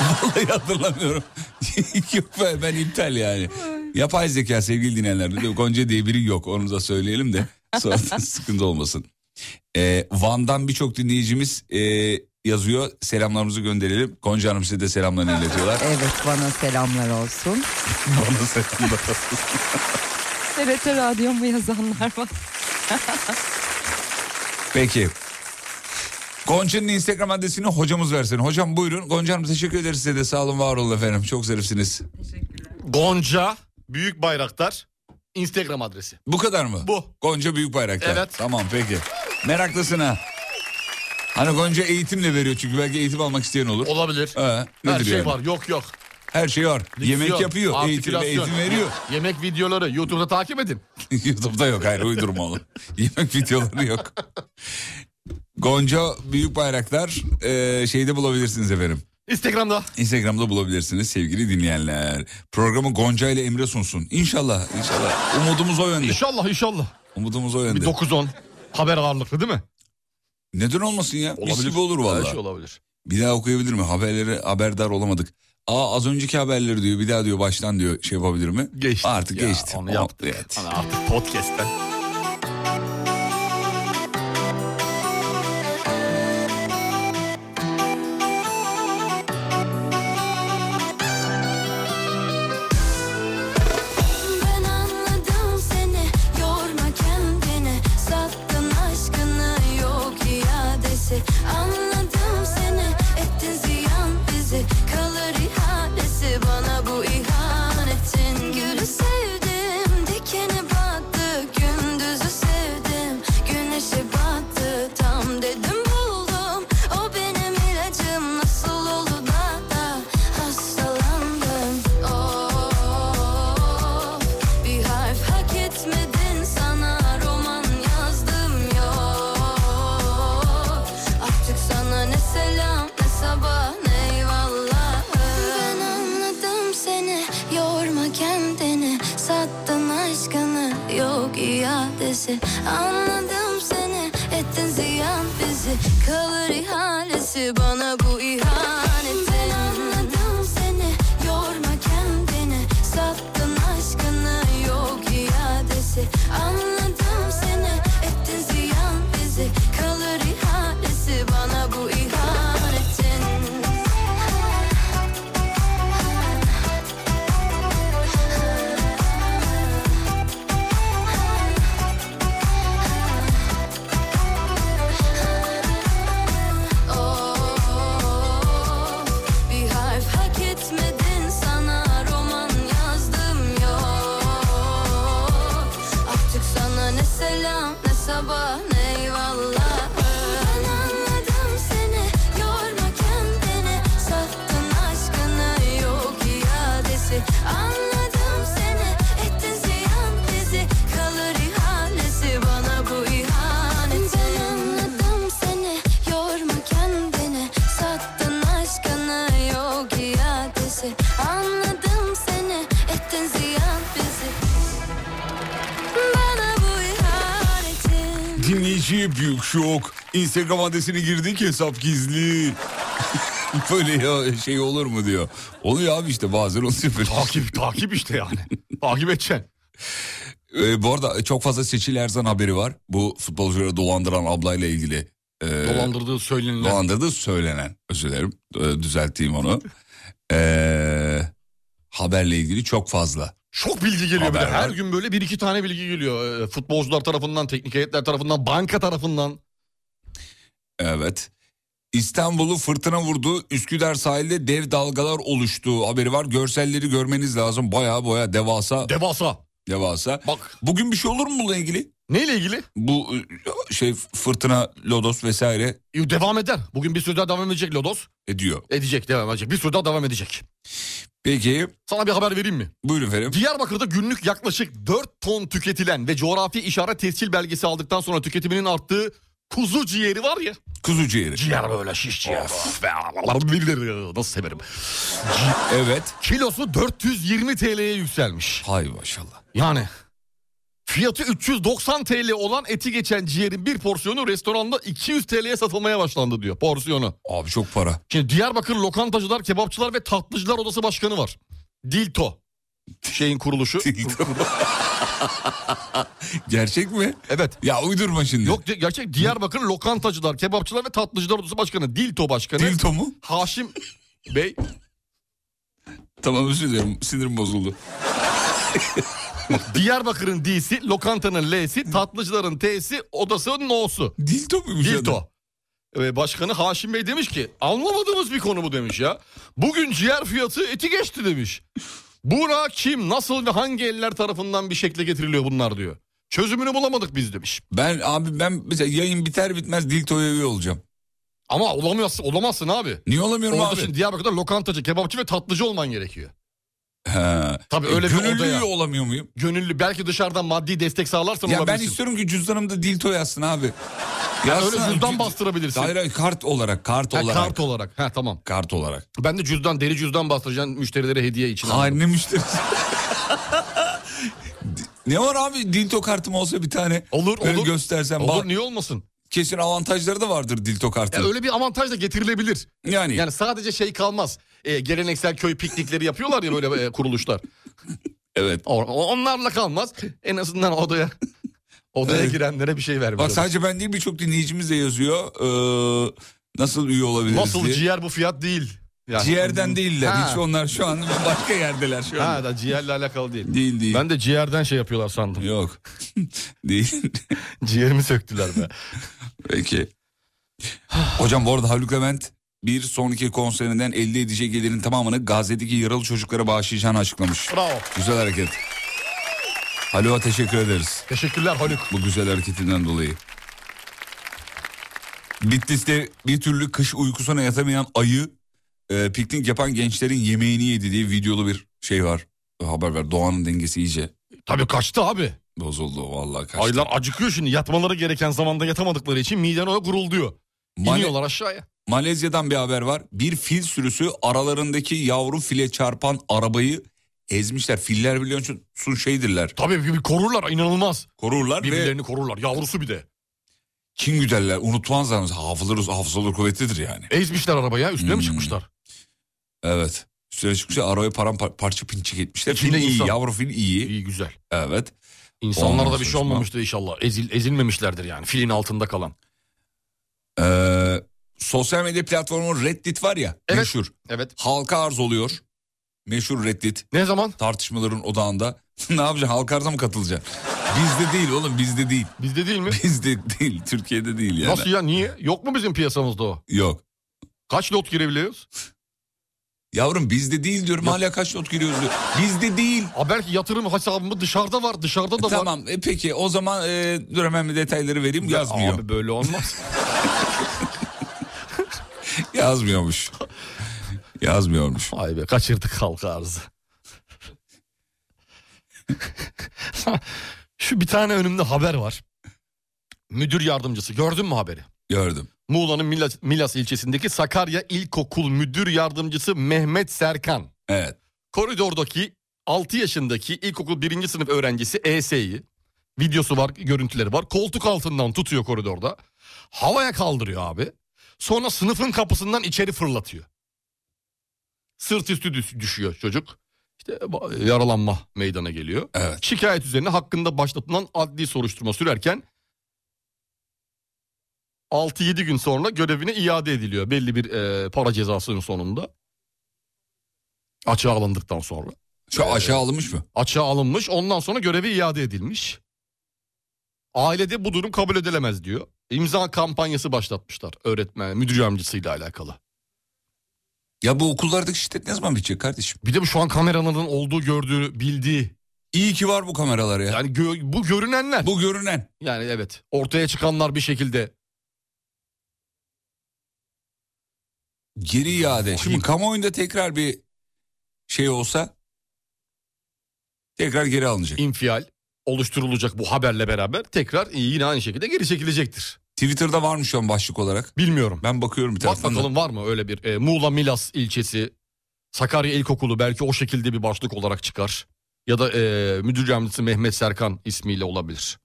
D: Vallahi hatırlamıyorum. yok be ben iptal yani. Yapay zeka sevgili dinleyenler. Yok, Gonca diye biri yok onu da söyleyelim de. Sonra da sıkıntı olmasın. Ee, Van'dan birçok dinleyicimiz e, yazıyor. Selamlarımızı gönderelim. Gonca Hanım size de selamlarını iletiyorlar.
A: evet bana selamlar olsun.
D: Bana selamlar olsun.
A: TRT Radyo mu yazanlar var?
D: Peki. Gonca'nın Instagram adresini hocamız versin. Hocam buyurun. Gonca Hanım teşekkür ederiz size de. Sağ olun var olun efendim. Çok zarifsiniz.
E: Gonca Büyük Bayraktar Instagram adresi.
D: Bu kadar mı?
E: Bu.
D: Gonca Büyük Bayraktar.
E: Evet.
D: Tamam peki. Meraklısın ha. Hani Gonca eğitimle veriyor çünkü belki eğitim almak isteyen olur.
E: Olabilir.
D: Ee, nedir
E: Her şey
D: yani?
E: var. Yok yok.
D: Her şey var. Yemek
E: Diksiyon,
D: yapıyor. Eğitim,
E: artikülasyon.
D: eğitim veriyor.
E: Yemek videoları YouTube'da takip edin.
D: YouTube'da yok hayır uydurma oğlum. Yemek videoları yok. Gonca Büyük Bayraktar e, şeyde bulabilirsiniz efendim.
E: Instagram'da.
D: Instagram'da bulabilirsiniz sevgili dinleyenler. Programı Gonca ile Emre sunsun. İnşallah, inşallah. Umudumuz o yönde.
E: İnşallah inşallah.
D: Umudumuz o
E: Bir
D: yönde.
E: 9-10 haber ağırlıklı değil mi?
D: Neden olmasın ya? Mis gibi olur
E: Her
D: vallahi.
E: şey olabilir.
D: Bir daha okuyabilir mi? Haberleri haberdar olamadık. Aa az önceki haberleri diyor. Bir daha diyor baştan diyor şey yapabilir mi?
E: Geçti.
D: Artık
E: Ya,
D: geçti.
E: Onu
D: O-
E: yaptık.
D: evet.
E: Onu artık podcast'ten.
H: Ben anladım seni yorma kendini sattın aşkını yok iadesi anladım seni ettin ziyan bizi kalır ihanesi bana bu ihanetin gülü sevdim dikeni battı gündüzü sevdim güneşe battı tam dedim buldum o benim ilacım nasıl oldu da da hastalandım Oh, bir harf hak etmedin sana roman yazdım yok Artık sana ne selam ne sabah ne eyvallah Ben anladım seni yorma kendini Sattın aşkını yok iadesi Anladım seni ettin ziyan bizi Kalır ihalesi bana bu ihanetin anladım seni yorma kendini Sattın aşkını yok iadesi Anladım seni ettin ziyan bizi Kalır ihalesi bana bu ihanetin Oh, bir harf hak etmedin sana roman yazdım yok Artık sana ne selam ne sabah ne eyvallah Ben anladım seni yorma kendini Sattın aşkını yok iadesi Anladım seni ettin ziyan bizi Kalır ihanesi bana bu ihanetin Ben anladım seni yorma kendini Sattın aşkını yok iadesi Anladım seni ettin ziyan bizi Bana bu ihanetin
D: Dinleyici büyük şok. Instagram adresini girdi ki hesap gizli. Böyle ya şey olur mu diyor. Oluyor abi işte bazen oluyor böyle.
E: Takip, takip işte yani. takip edeceksin.
D: Ee, bu arada çok fazla Seçil Erzan haberi var. Bu futbolcuları dolandıran ablayla ilgili. Ee,
E: Dolandırdığı söylenilen.
D: dolandırdığı söylenen. Özür dilerim. Ee, düzelteyim onu. Ee, haberle ilgili çok fazla.
E: Çok bilgi geliyor bir de.
D: Haber var.
E: Her gün böyle bir iki tane bilgi geliyor. Ee, Futbolcular tarafından, teknik heyetler tarafından, banka tarafından.
D: Evet. İstanbul'u fırtına vurdu. Üsküdar sahilde dev dalgalar oluştu. Haberi var. Görselleri görmeniz lazım. Baya baya devasa
E: Devasa.
D: devasa.
E: Bak
D: Bugün bir şey olur mu bununla ilgili?
E: Neyle ilgili?
D: Bu e, şey fırtına, lodos vesaire
E: Yo, Devam eder. Bugün bir süre daha devam edecek Lodos.
D: ediyor.
E: Edecek devam edecek. Bir süre daha devam edecek.
D: Peki
E: Sana bir haber vereyim mi?
D: buyurun efendim.
E: Diyarbakır'da günlük yaklaşık 4 ton tüketilen ve coğrafi işaret tescil belgesi aldıktan sonra tüketiminin arttığı kuzu ciğeri var ya.
D: Kuzu ciğeri.
E: Ciğer böyle şiş ciğer. Of be, Allah'ım, Nasıl severim.
D: Evet.
E: Kilosu 420 TL'ye yükselmiş.
D: Hay maşallah.
E: Yani fiyatı 390 TL olan eti geçen ciğerin bir porsiyonu restoranda 200 TL'ye satılmaya başlandı diyor porsiyonu.
D: Abi çok para.
E: Şimdi Diyarbakır Lokantacılar, Kebapçılar ve Tatlıcılar Odası Başkanı var. Dilto şeyin kuruluşu.
D: Gerçek mi?
E: evet.
D: Ya uydurma şimdi.
E: Yok di- gerçek Diyarbakır Lokantacılar, Kebapçılar ve Tatlıcılar Odası Başkanı Dilto Başkanı.
D: Dilto mu?
E: Haşim Bey
D: Tamam özür dilerim. Sinirim bozuldu.
E: Diyarbakır'ın D'si, lokantanın L'si, tatlıcıların T'si, odasının O'su.
D: Dilto muymuş? adam?
E: Dilto. Ee, başkanı Haşim Bey demiş ki anlamadığımız bir konu bu demiş ya. Bugün ciğer fiyatı eti geçti demiş. Buna kim, nasıl ve hangi eller tarafından bir şekle getiriliyor bunlar diyor. Çözümünü bulamadık biz demiş.
D: Ben abi ben mesela yayın biter bitmez Dilto'ya üye olacağım.
E: Ama olamıyorsun, olamazsın abi.
D: Niye olamıyorum
E: Orada
D: abi?
E: şimdi Diyarbakır'da lokantacı, kebapçı ve tatlıcı olman gerekiyor.
D: He.
E: Tabii öyle bir
D: Gönüllü
E: odaya.
D: üye olamıyor muyum?
E: Gönüllü belki dışarıdan maddi destek sağlarsan
D: Ya ben
E: olabilirsin.
D: istiyorum ki cüzdanımda Dilto yazsın abi. Yazsın
E: öyle
D: abi.
E: cüzdan
D: Cü-
E: bastırabilirsin.
D: Hayır hayır kart olarak kart
E: Ha,
D: olarak.
E: Kart olarak. Ha tamam.
D: Kart olarak.
E: Ben de cüzdan, deri cüzdan bastıracaksın müşterilere hediye için.
D: Hayır ne müşterisi. ne var abi Dilto kartım olsa bir tane.
E: Olur,
D: Böyle
E: olur.
D: göstersen.
E: Olur
D: bak-
E: niye olmasın?
D: Kesin avantajları da vardır Dilto
E: Ya
D: kartın.
E: öyle bir avantaj da getirilebilir.
D: Yani,
E: Yani sadece şey kalmaz. E, geleneksel köy piknikleri yapıyorlar ya böyle e, kuruluşlar.
D: evet.
E: O- o- Onlarla kalmaz. En azından odaya odaya
D: Evet.
E: girenlere bir şey vermiş.
D: Bak
E: olur.
D: sadece ben değil birçok dinleyicimiz de yazıyor. Ee, nasıl üye olabiliriz
E: Nasıl
D: diye.
E: ciğer bu fiyat değil. Yani,
D: Ciğerden değiller.
E: Ha.
D: Hiç onlar şu an başka yerdeler şu an.
E: Ha da ciğerle alakalı değil.
D: Değil değil.
E: Ben de ciğerden şey yapıyorlar sandım.
D: Yok. değil.
E: Ciğerimi söktüler be.
D: Peki. Hocam bu arada Haluk Levent bir sonraki konserinden elde edeceği gelirin tamamını Gazze'deki yaralı çocuklara bağışlayacağını açıklamış.
E: Bravo.
D: Güzel hareket. Haluk'a teşekkür ederiz.
E: Teşekkürler Haluk.
D: Bu güzel hareketinden dolayı. Bitlis'te bir türlü kış uykusuna yatamayan ayı e, piknik yapan gençlerin yemeğini yedi diye videolu bir şey var. Haber ver doğanın dengesi iyice
E: Tabii kaçtı abi.
D: bozuldu vallahi kaçtı.
E: Aylar acıkıyor şimdi. Yatmaları gereken zamanda yatamadıkları için miden oraya gurulduyor.
D: Mane-
E: İniyorlar aşağıya.
D: Malezya'dan bir haber var. Bir fil sürüsü aralarındaki yavru file çarpan arabayı ezmişler. Filler biliyorsun şeydirler.
E: Tabii bir bir korurlar inanılmaz.
D: Korurlar ve
E: Birbirlerini korurlar. Yavrusu bir de.
D: kim güderler unutmaz yalnız hafızaları, hafızaları kuvvetlidir yani.
E: Ezmişler arabaya üstüne
D: Hmm.
E: mi çıkmışlar?
D: Evet. Üstüne çıkmışlar arabayı paramparça parça pinçik etmişler. Fil
E: İçinde
D: iyi
E: insan.
D: yavru fil iyi.
E: İyi güzel.
D: Evet.
E: İnsanlara
D: Olmaz
E: da bir şey
D: saçma.
E: olmamıştır inşallah. Ezil, ezilmemişlerdir yani filin altında kalan.
D: Ee, sosyal medya platformu Reddit var ya
E: Evet.
D: meşhur.
E: Evet.
D: Halka arz oluyor. Meşhur Reddit.
E: Ne zaman?
D: Tartışmaların odağında. ne yapacaksın? Halka arza mı katılacaksın? bizde değil oğlum bizde değil.
E: Bizde değil mi?
D: Bizde değil, Türkiye'de değil yani.
E: Nasıl ya niye? Yok mu bizim piyasamızda o?
D: Yok.
E: Kaç lot girebiliyoruz?
D: Yavrum bizde değil diyorum hala kaç not giriyoruz diyor. Bizde değil.
E: Ha belki yatırım hesabımı dışarıda var dışarıda da var.
D: Tamam e, peki o zaman e, dur hemen bir detayları vereyim yazmıyor.
E: Abi böyle olmaz.
D: Yazmıyormuş. Yazmıyormuş.
E: Vay be kaçırdık halka arzı. Şu bir tane önümde haber var. Müdür yardımcısı gördün mü haberi?
D: Gördüm.
E: Muğla'nın Milas, Milas ilçesindeki Sakarya İlkokul Müdür Yardımcısı Mehmet Serkan.
D: Evet.
E: Koridordaki 6 yaşındaki ilkokul 1. sınıf öğrencisi ES'yi videosu var, görüntüleri var. Koltuk altından tutuyor koridorda. Havaya kaldırıyor abi. Sonra sınıfın kapısından içeri fırlatıyor. Sırt üstü düş- düşüyor çocuk. İşte ba- yaralanma meydana geliyor.
D: Evet.
E: Şikayet üzerine hakkında başlatılan adli soruşturma sürerken 6-7 gün sonra görevine iade ediliyor belli bir e, para cezasının sonunda. Açığa alındıktan sonra.
D: Şu aşağı alınmış mı?
E: Açığa alınmış ondan sonra görevi iade edilmiş. Ailede bu durum kabul edilemez diyor. İmza kampanyası başlatmışlar öğretmen müdür yardımcısıyla alakalı.
D: Ya bu okullardaki şiddet ne zaman bitecek kardeşim?
E: Bir de bu şu an kameraların olduğu gördüğü bildiği
D: İyi ki var bu kameralar ya.
E: Yani gö- bu görünenler.
D: Bu görünen.
E: Yani evet ortaya çıkanlar bir şekilde.
D: Geri iade. Şimdi kamuoyunda tekrar bir şey olsa tekrar geri alınacak.
E: infial oluşturulacak bu haberle beraber tekrar yine aynı şekilde geri çekilecektir.
D: Twitter'da varmış şu an başlık olarak.
E: Bilmiyorum.
D: Ben bakıyorum bir
E: Bak
D: taraftan. da.
E: bakalım var mı öyle bir e, Muğla Milas ilçesi Sakarya İlkokulu belki o şekilde bir başlık olarak çıkar. Ya da e, müdür yardımcısı Mehmet Serkan ismiyle olabilir.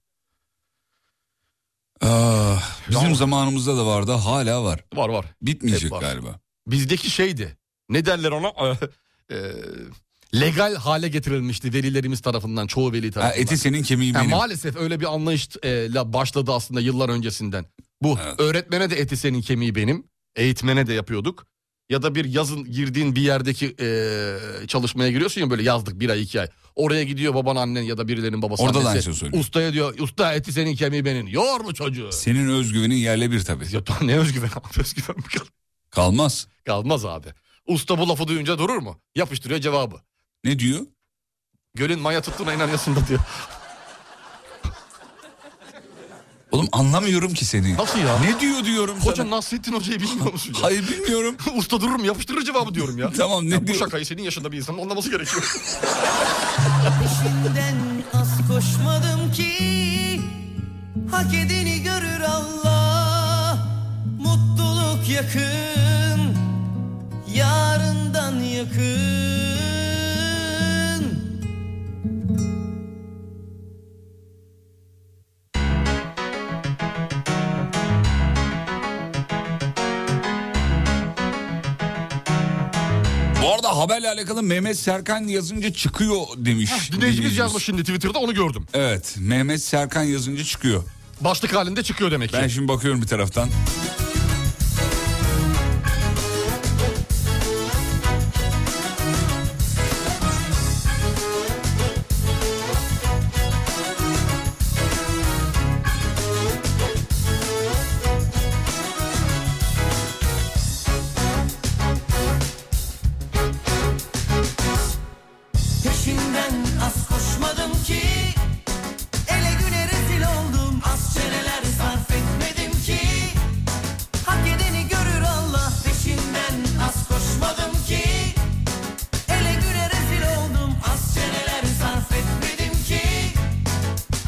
D: Ah, bizim
E: Tamam.
D: zamanımızda da vardı hala var.
E: Var var.
D: Bitmeyecek
E: Hep var.
D: galiba.
E: Bizdeki şeydi. Ne derler ona? E, legal hale getirilmişti verilerimiz tarafından çoğu veli
D: Ha,
E: tarafından.
D: eti senin kemiği
E: Ha,
D: benim.
E: maalesef öyle bir anlayışla başladı aslında yıllar öncesinden. Bu
D: Evet.
E: öğretmene de eti senin kemiği benim, eğitmene de yapıyorduk. Ya da bir yazın girdiğin bir yerdeki eee, çalışmaya giriyorsun ya böyle yazdık bir ay iki ay. Oraya gidiyor baban annen ya da birilerinin babası
D: Orada da
E: annesi.
D: aynı şey söylüyor.
E: Ustaya diyor usta eti senin kemiği benim. Yor mu çocuğu?
D: Senin özgüvenin yerle bir tabii.
E: Ya daha ne özgüven abi özgüven mi kal-
D: Kalmaz.
E: kalmaz abi. Usta bu lafı duyunca durur mu? Yapıştırıyor cevabı.
D: Ne diyor?
E: Gölün maya tuttuğuna inanıyorsun da diyor.
D: Oğlum anlamıyorum ki seni.
E: Nasıl ya?
D: Ne diyor diyorum
E: Hoca
D: sana.
E: Nasrettin Hoca'yı bilmiyor musun? ya?
D: Hayır bilmiyorum.
E: Usta dururum yapıştırır cevabı diyorum ya.
D: Tamam, ne
E: ya bu
D: diyor?
E: şakayı senin yaşında bir insanın anlaması gerekiyor.
B: Peşinden az koşmadım ki Hak edeni görür Allah Mutluluk yakın Yarından yakın
D: Bu arada haberle alakalı Mehmet Serkan yazınca çıkıyor demiş.
E: Dinleyicimiz yazmış şimdi Twitter'da onu gördüm.
D: Evet Mehmet Serkan yazınca çıkıyor.
E: Başlık halinde çıkıyor demek ki.
D: Ben şimdi bakıyorum bir taraftan.
B: Peşinden az koşmadım ki Ele güne rezil oldum Az çeneler sarf etmedim ki Hak edeni görür Allah Peşinden az koşmadım ki Ele güne rezil oldum Az çeneler sarf etmedim ki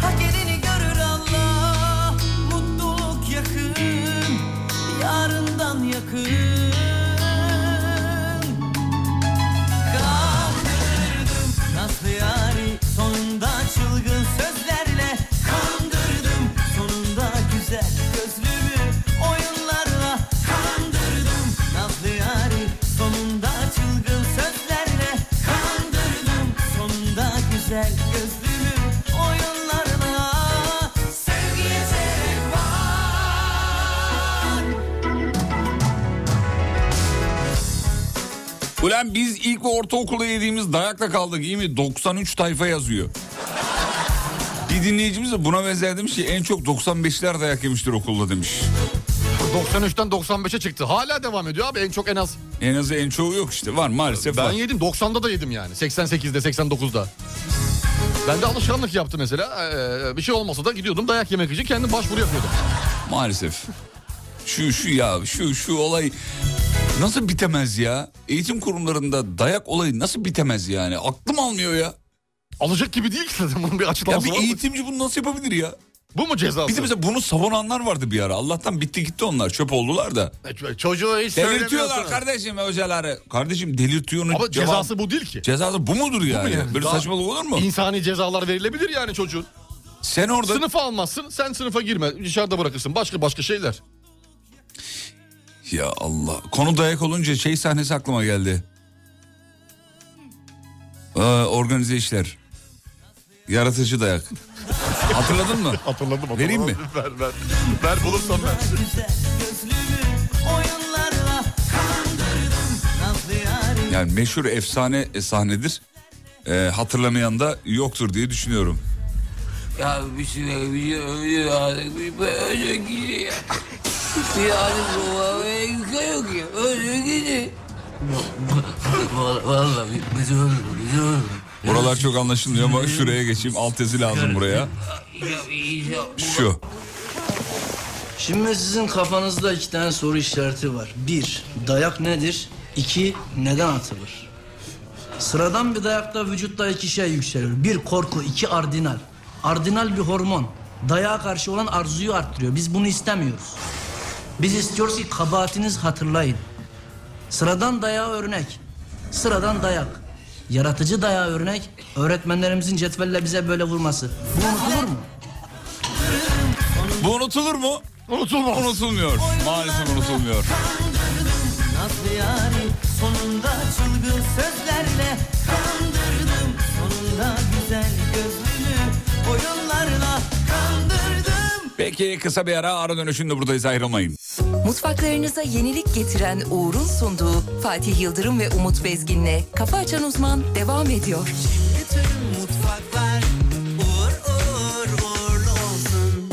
B: Hak edeni görür Allah Mutluluk yakın Yarından yakın Kandırdım nasıl yari sonunda çılgın sözlerle Kandırdım sonunda güzel gözlümü oyunlarla Kandırdım nasıl yari sonunda çılgın sözlerle Kandırdım sonunda güzel gözlümü oyunlarla Sevgiye sevk var
D: Ulan biz ilk ve ortaokulda yediğimiz dayakla kaldık iyi mi? 93 tayfa yazıyor. Bir dinleyicimiz de buna benzer demiş ki en çok 95'ler dayak yemiştir okulda demiş.
E: 93'ten 95'e çıktı. Hala devam ediyor abi en çok en az.
D: En azı en çoğu yok işte var maalesef
E: Ben
D: var.
E: yedim 90'da da yedim yani. 88'de 89'da. Ben de alışkanlık yaptı mesela. Ee, bir şey olmasa da gidiyordum dayak yemek için kendim başvuru yapıyordum.
D: Maalesef. Şu şu ya şu şu olay nasıl bitemez ya? Eğitim kurumlarında dayak olayı nasıl bitemez yani? Aklım almıyor ya.
E: Alacak gibi değil ki zaten bunun bir
D: Ya
E: açıklaması
D: bir
E: var mı?
D: eğitimci bunu nasıl yapabilir ya?
E: Bu mu cezası?
D: Bir de mesela bunu savunanlar vardı bir ara. Allah'tan bitti gitti onlar. Çöp oldular da.
E: E, Çocuğu hiç
D: Delirtiyorlar
E: söylemiyorsun.
D: kardeşim hocaları. Kardeşim delirtiyor onun
E: Ama
D: cevabı-
E: cezası bu değil ki.
D: Cezası bu mudur yani?
E: yani?
D: Böyle
E: Daha-
D: saçmalık olur mu?
E: İnsani cezalar verilebilir yani çocuğun.
D: Sen orada
E: Sınıfa almazsın, sen sınıfa girme. Dışarıda bırakırsın. Başka başka şeyler.
D: Ya Allah. Konu dayak olunca şey sahnesi aklıma geldi. Ee, organize işler. Yaratıcı dayak. Hatırladın mı?
E: Hatırladım hatırladım.
D: Vereyim mi?
E: Ver ver. Ver bulursam ver.
B: güzel gözlümü oyunlarla kandırdım Nazlı yari
D: Yani meşhur efsane e, sahnedir. Ee, hatırlamayan da yoktur diye düşünüyorum.
B: Ya bir şey bir şey bir önceki ya. Yani bu havaya yıka yok ya. Önceki de. Vallahi bizi öldü bizi öldü.
D: Buralar çok anlaşılmıyor ama şuraya geçeyim. Alt yazı lazım buraya. Şu.
M: Şimdi sizin kafanızda iki tane soru işareti var. Bir, dayak nedir? İki, neden atılır? Sıradan bir dayakta vücutta iki şey yükselir. Bir, korku. iki ardinal. Ardinal bir hormon. Dayağa karşı olan arzuyu arttırıyor. Biz bunu istemiyoruz. Biz istiyoruz ki kabahatiniz hatırlayın. Sıradan dayağa örnek. Sıradan dayak. Yaratıcı dayağa örnek. Öğretmenlerimizin cetvelle bize böyle vurması. Bu unutulur mu?
D: Bu unutulur mu?
E: Unutulmaz.
D: Unutulmuyor. Maalesef unutulmuyor.
B: Nasıl yani sonunda çılgın sözlerle kandırdım Sonunda güzel gözlünü oyunlarla kandırdım
D: Peki kısa bir ara ara dönüşünde buradayız ayrılmayın.
K: Mutfaklarınıza yenilik getiren Uğur'un sunduğu Fatih Yıldırım ve Umut Bezgin'le Kafa Açan Uzman devam ediyor.
B: Bütün mutfaklar uğur uğur uğurlu olsun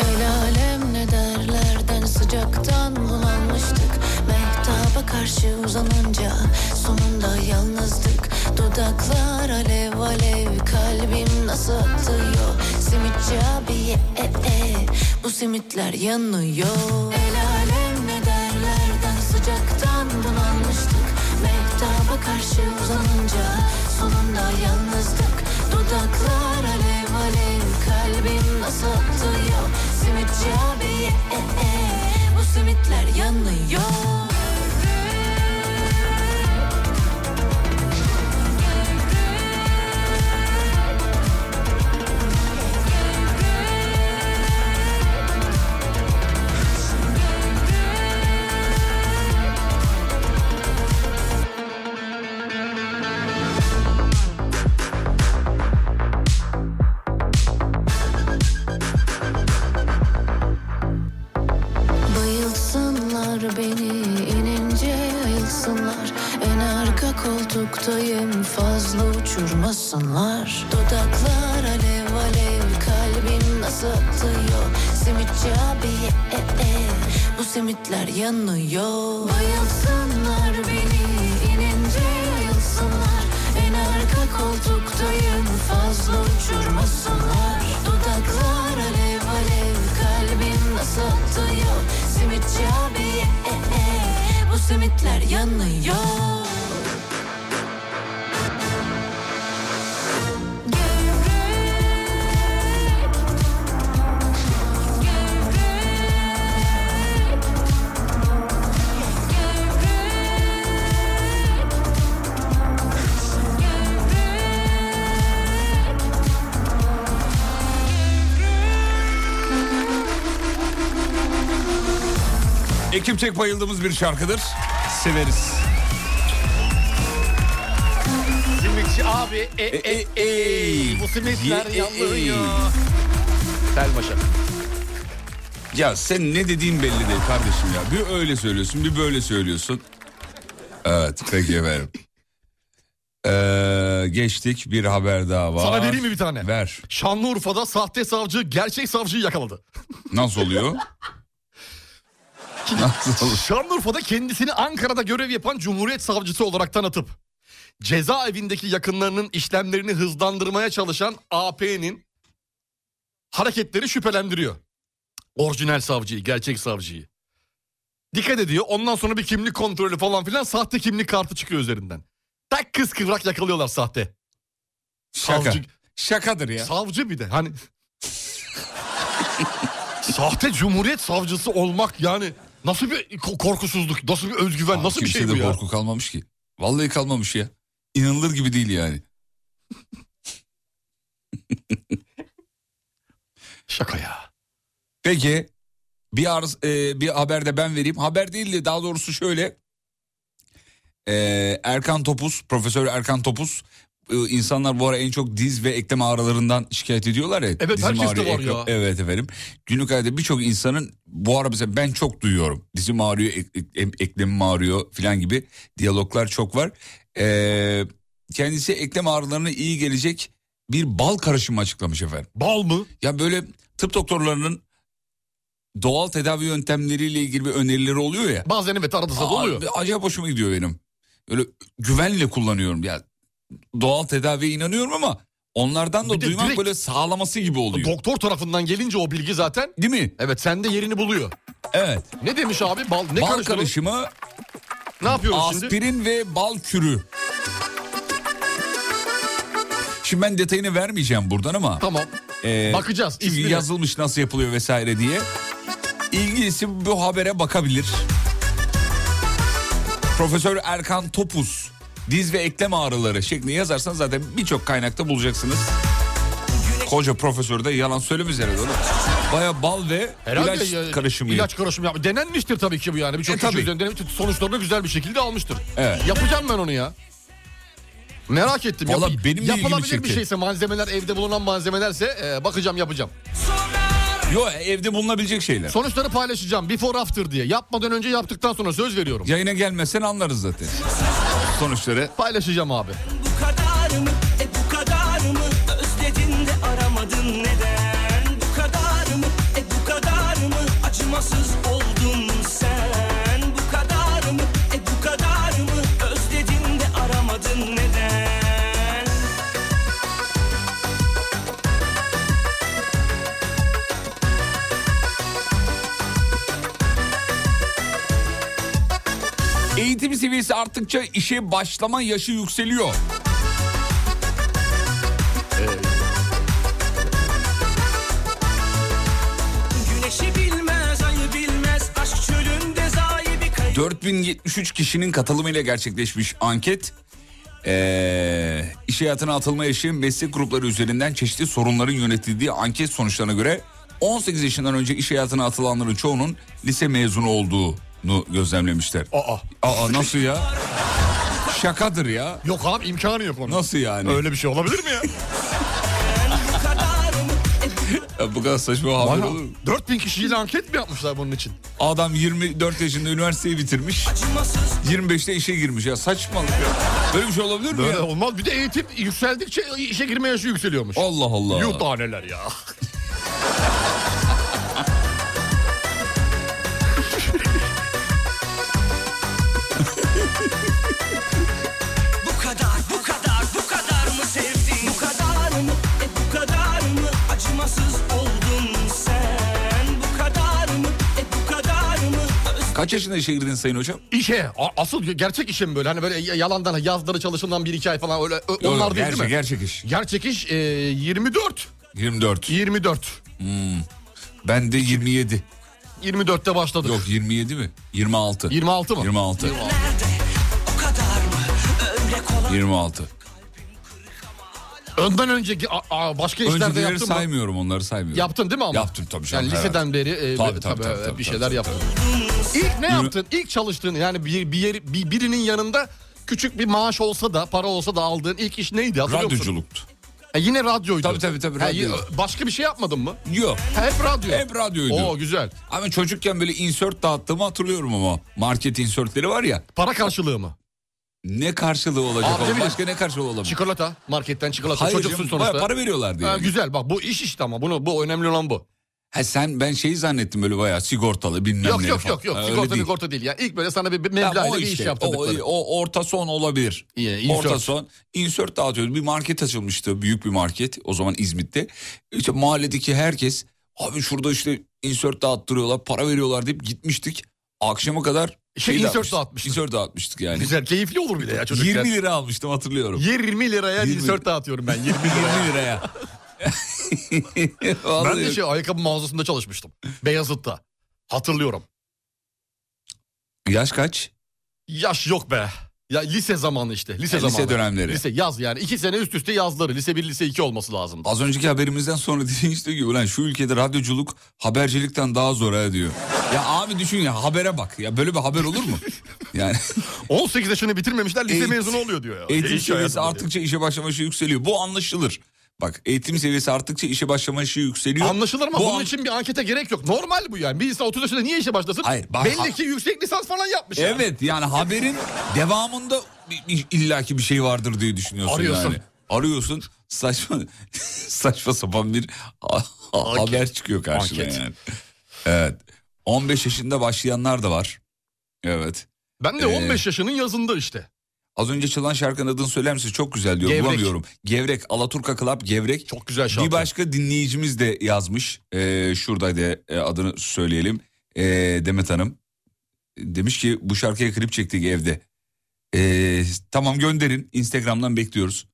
F: El alem ne derlerden sıcaktan bulanmıştık Mehtaba karşı uzanınca sonunda yalnızdık Dudaklar alev alev kalbim nasıl atıyor Simitçi abiye e e bu simitler yanıyor El alem ne derlerden sıcaktan bulanmıştık Mehtaba karşı uzanınca sonunda yalnızdık Dudaklar alev alev kalbim nasıl atıyor Simitçi abi ye, e, e, bu simitler yanıyor Bayılsınlar beni inince ayılsınlar En arka koltuktayım fazla uçurmasınlar Dudaklar alev alev kalbim nasıl atıyor Simitçi abi e, e, bu simitler yanıyor Bayılsınlar beni inince ayılsınlar En arka koltuktayım fazla uçurmasınlar Dudaklar alev alev kalbim nasıl atıyor Simitçi abi e, e, bu simitler yanıyor
D: Ekip Tek bayıldığımız bir şarkıdır. Severiz.
E: Simitçi abi e e e, bu simitler
D: Ye, e,
E: yanıyor.
D: Selma Ya sen ne dediğin belli değil kardeşim ya. Bir öyle söylüyorsun bir böyle söylüyorsun. Evet peki efendim. Ee, geçtik bir haber daha var.
E: Sana vereyim mi bir tane?
D: Ver.
E: Şanlıurfa'da sahte savcı gerçek savcıyı yakaladı.
D: Nasıl oluyor?
E: Şanlıurfa'da kendisini Ankara'da görev yapan Cumhuriyet Savcısı olarak tanıtıp cezaevindeki yakınlarının işlemlerini hızlandırmaya çalışan AP'nin hareketleri şüphelendiriyor. Orijinal savcıyı, gerçek savcıyı. Dikkat ediyor. Ondan sonra bir kimlik kontrolü falan filan sahte kimlik kartı çıkıyor üzerinden. Tak kız kıvrak yakalıyorlar sahte.
D: Şaka. Şakadır ya.
E: Savcı bir de hani. Sahte Cumhuriyet Savcısı olmak yani nasıl bir ko- korkusuzluk, nasıl bir özgüven, nasıl bir şey bu
D: Kimsede
E: ya?
D: korku kalmamış ki. Vallahi kalmamış ya. İnanılır gibi değil yani.
E: Şaka ya.
D: Peki bir arz, e, bir haber de ben vereyim. Haber değil de daha doğrusu şöyle. Ee, Erkan Topuz, Profesör Erkan Topuz e, insanlar bu ara en çok diz ve eklem ağrılarından şikayet ediyorlar ya.
E: Evet,
D: dizim
E: herkeste
D: ağrıyor,
E: var
D: eklem-
E: ya.
D: Evet efendim. Günlük hayatta birçok insanın bu ara mesela ben çok duyuyorum. Dizim ağrıyor, ek- ek- eklemim ağrıyor falan gibi diyaloglar çok var. Ee, kendisi eklem ağrılarına iyi gelecek bir bal karışımı açıklamış efendim.
E: Bal mı?
D: Ya böyle tıp doktorlarının doğal tedavi yöntemleriyle ilgili bir önerileri oluyor ya.
E: Bazen evet arada sırada
D: Aa,
E: oluyor.
D: Acayip hoşuma gidiyor benim. Öyle güvenle kullanıyorum ya. Doğal tedaviye inanıyorum ama onlardan da
E: Bir de
D: duymak
E: direkt-
D: böyle sağlaması gibi oluyor.
E: Doktor tarafından gelince o bilgi zaten.
D: Değil mi?
E: Evet sende yerini buluyor.
D: Evet.
E: Ne demiş abi? Bal ne
D: bal
E: karıştıralım?
D: karışımı
E: Ne yapıyoruz şimdi?
D: Aspirin ve bal kürü. Şimdi ben detayını vermeyeceğim buradan ama. e,
E: Tamam. Bakacağız,
D: Çünkü
E: ismine.
D: yazılmış nasıl yapılıyor vesaire diye. İlgilisi bu habere bakabilir. Profesör Erkan Topuz diz ve eklem ağrıları şeklinde yazarsan zaten birçok kaynakta bulacaksınız. Koca profesör de yalan söylemez herhalde. değil mi? Baya bal ve
E: Herhalde
D: ilaç
E: ya-
D: karışımı.
E: İlaç karışımı yapmış. Denenmiştir tabii ki bu yani. Birçok
D: E,
E: kişi
D: tabii.
E: üzerinde denemiştir. Sonuçlarını güzel bir şekilde almıştır.
D: Evet.
E: Yapacağım ben onu ya. Merak ettim. Yap-
D: Vallahi benim de ilgimi
E: Yapılabilir bir
D: çekti.
E: şeyse malzemeler evde bulunan malzemelerse e, bakacağım yapacağım.
D: Yo evde bulunabilecek şeyler.
E: Sonuçları paylaşacağım. Before after diye. Yapmadan önce yaptıktan sonra söz veriyorum.
D: Yayına gelmezsen anlarız zaten. Sonuçları.
E: Paylaşacağım abi.
K: Bu kadar mı? E bu kadar mı? Özledin de aramadın neden? Bu kadar mı? E bu kadar mı? Acımasız oldun sen. Bu kadar mı? E bu kadar mı? Özledin de aramadın neden?
D: Eğitim seviyesi arttıkça işe başlama yaşı yükseliyor.
K: Güneşi bilmez, ayı bilmez. Aşk çölünde zayi bir kayıp.
D: 4073 kişinin katılımıyla gerçekleşmiş anket. Ee, iş hayatına atılma yaşı meslek grupları üzerinden çeşitli sorunların yönetildiği anket sonuçlarına göre 18 yaşından önce iş hayatına atılanların çoğunun lise mezunu olduğunu gözlemlemişler.
E: Aa.
D: Aa nasıl ya? Şakadır ya.
E: Yok abi imkanı yok onun.
D: Nasıl yani?
E: Öyle bir şey olabilir mi ya?
K: E
D: Ya bu kadar saçma haber
E: Bana
D: olur mu?
E: 4000 kişiyle anket mi yapmışlar bunun için?
D: Adam 24 yaşında üniversiteyi bitirmiş. 25'te işe girmiş ya saçmalık ya. Böyle bir şey olabilir mi
E: Böyle
D: ya?
E: Ee, olmaz. Bir de eğitim yükseldikçe işe girme yaşı yükseliyormuş.
D: Allah Allah.
E: Yuh daha neler ya.
K: Bu kadar, bu kadar, bu kadar mı sevdin? Bu kadar mı? E bu kadar mı? Acımasız oldun sen. Bu kadar mı? E bu kadar mı?
D: Kaç yaşında işe girdin sayın hocam?
E: İşe. a- Asıl gerçek işe mi böyle? Hani böyle y- yalandan yazları çalışılan bir iki ay falan öyle. ö-
D: Yok,
E: Onlar
D: yok,
E: değil,
D: gerçek,
E: değil mi?
D: Gerçek iş.
E: Gerçek iş e, 24.
D: 24.
E: 24.
D: Hmm. Ben de 27.
E: 24'te başladık.
D: Yok 27 mi? 26.
E: 26 mı?
D: 26.
K: Bu kadar mı? Öyle kolay.
D: 26.
E: Önden önceki a- a- başka işlerde
D: Öncekileri
E: yaptın mı?
D: saymıyorum onları saymıyorum.
E: Yaptın değil mi ama?
D: Yaptım tabii canım,
E: Yani
D: herhalde.
E: liseden beri e,
D: Tabii,
E: tabii,
D: tabii,
E: e,
D: tabii, tabii,
E: bir şeyler
D: tabii,
E: yaptın. İlk ne yaptın? İlk çalıştığın yani bir, bir, yer, bir birinin yanında küçük bir maaş olsa da para olsa da aldığın ilk iş neydi hatırlıyor musun?
D: Radyoculuktu.
E: E, yine radyoydu.
D: Tabii, tabii, tabii,
E: Ha,
D: radyo.
E: y- başka bir şey yapmadın mı?
D: Yok.
E: Ha, hep radyo.
D: Hep radyoydu.
E: Oo güzel.
D: Ama çocukken böyle insert dağıttığımı hatırlıyorum ama. Market insertleri var ya.
E: Para karşılığı mı?
D: Ne karşılığı olacak?
E: Abi,
D: ama?
E: ne bileyim.
D: Başka ne karşılığı olabilir?
E: Çikolata. Marketten çikolata.
D: Hayır
E: Çocuksun
D: canım,
E: sonuçta.
D: bayağı para veriyorlardı
E: Ha,
D: yani.
E: güzel bak bu iş işte ama bunu, bu önemli olan bu.
D: Ha sen ben şeyi zannettim böyle bayağı sigortalı bilmem
E: Yok
D: ne
E: yok
D: falan.
E: yok yok.
D: Ha, öyle
E: Sigorta
D: değil.
E: sigorta değil ya. İlk böyle sana bir, bir
D: Tamam,
E: meblağ ile
D: o
E: bir
D: işte,
E: iş
D: o,
E: yaptırdıkları.
D: o orta son olabilir.
E: insert.
D: Orta son. Insert dağıtıyordu. Bir market açılmıştı. Büyük bir market. O zaman İzmit'te. İşte mahalledeki herkes abi şurada işte insert dağıttırıyorlar. Para veriyorlar deyip gitmiştik. Akşama kadar
E: Şey, insert dağıtmıştık.
D: Insert dağıtmıştık yani.
E: Güzel keyifli olur bir de ya çocuk.
D: 20 lira almıştım hatırlıyorum.
E: 20 liraya
D: 20
E: insert dağıtıyorum ben 20
D: liraya. liraya.
E: ben
D: Vallahi-
E: de şey ayakkabı mağazasında çalışmıştım. Beyazıt'ta. Hatırlıyorum.
D: Yaş kaç?
E: Yaş yok be. Ya lise zamanı işte. Lise
D: Ha, E, lise
E: zamanı.
D: dönemleri.
E: Lise yaz yani. iki sene üst üste yazları. Lise 1, lise 2 olması lazım.
D: Az önceki haberimizden sonra dediğin işte ki ulan şu ülkede radyoculuk habercilikten daha zor ha diyor. Ya abi düşün ya habere bak. Ya böyle bir haber olur mu? Yani
E: 18 yaşını bitirmemişler lise
D: Eğit-
E: mezunu oluyor diyor ya.
D: Eğitim
E: Değişiyor
D: seviyesi
E: hayatım
D: arttıkça işe başlama yaşı yükseliyor. Bu anlaşılır. Bak eğitim seviyesi arttıkça işe başlama yaşı yükseliyor.
E: Anlaşılır ama
D: Bu
E: bunun
D: an-
E: için bir ankete gerek yok. Normal bu yani. Bir insan 30 yaşında niye işe başlasın?
D: Hayır, bak-
E: Belli ki yüksek lisans falan yapmış. ya.
D: Evet yani haberin devamında bir- bir- illaki bir şey vardır diye düşünüyorsun
E: Arıyorsun.
D: yani. Arıyorsun saçma saçma sapan bir ha- ha- haber çıkıyor karşına
E: Anket.
D: yani. Evet. 15 yaşında başlayanlar da var. Evet.
E: Ben de
D: Ee,
E: 15 yaşının yazında işte.
D: Az önce çalan şarkının adını söyler misin? Çok güzel diyor.
E: Gevrek.
D: Bulamıyorum. Gevrek. Alaturka Club Gevrek. Çok
E: güzel şarkı.
D: Bir başka dinleyicimiz de yazmış. Ee, şuradaydı e, adını söyleyelim. Ee, Demet Hanım. Demiş ki bu şarkıya klip çektik evde. Ee, tamam gönderin. Instagram'dan bekliyoruz.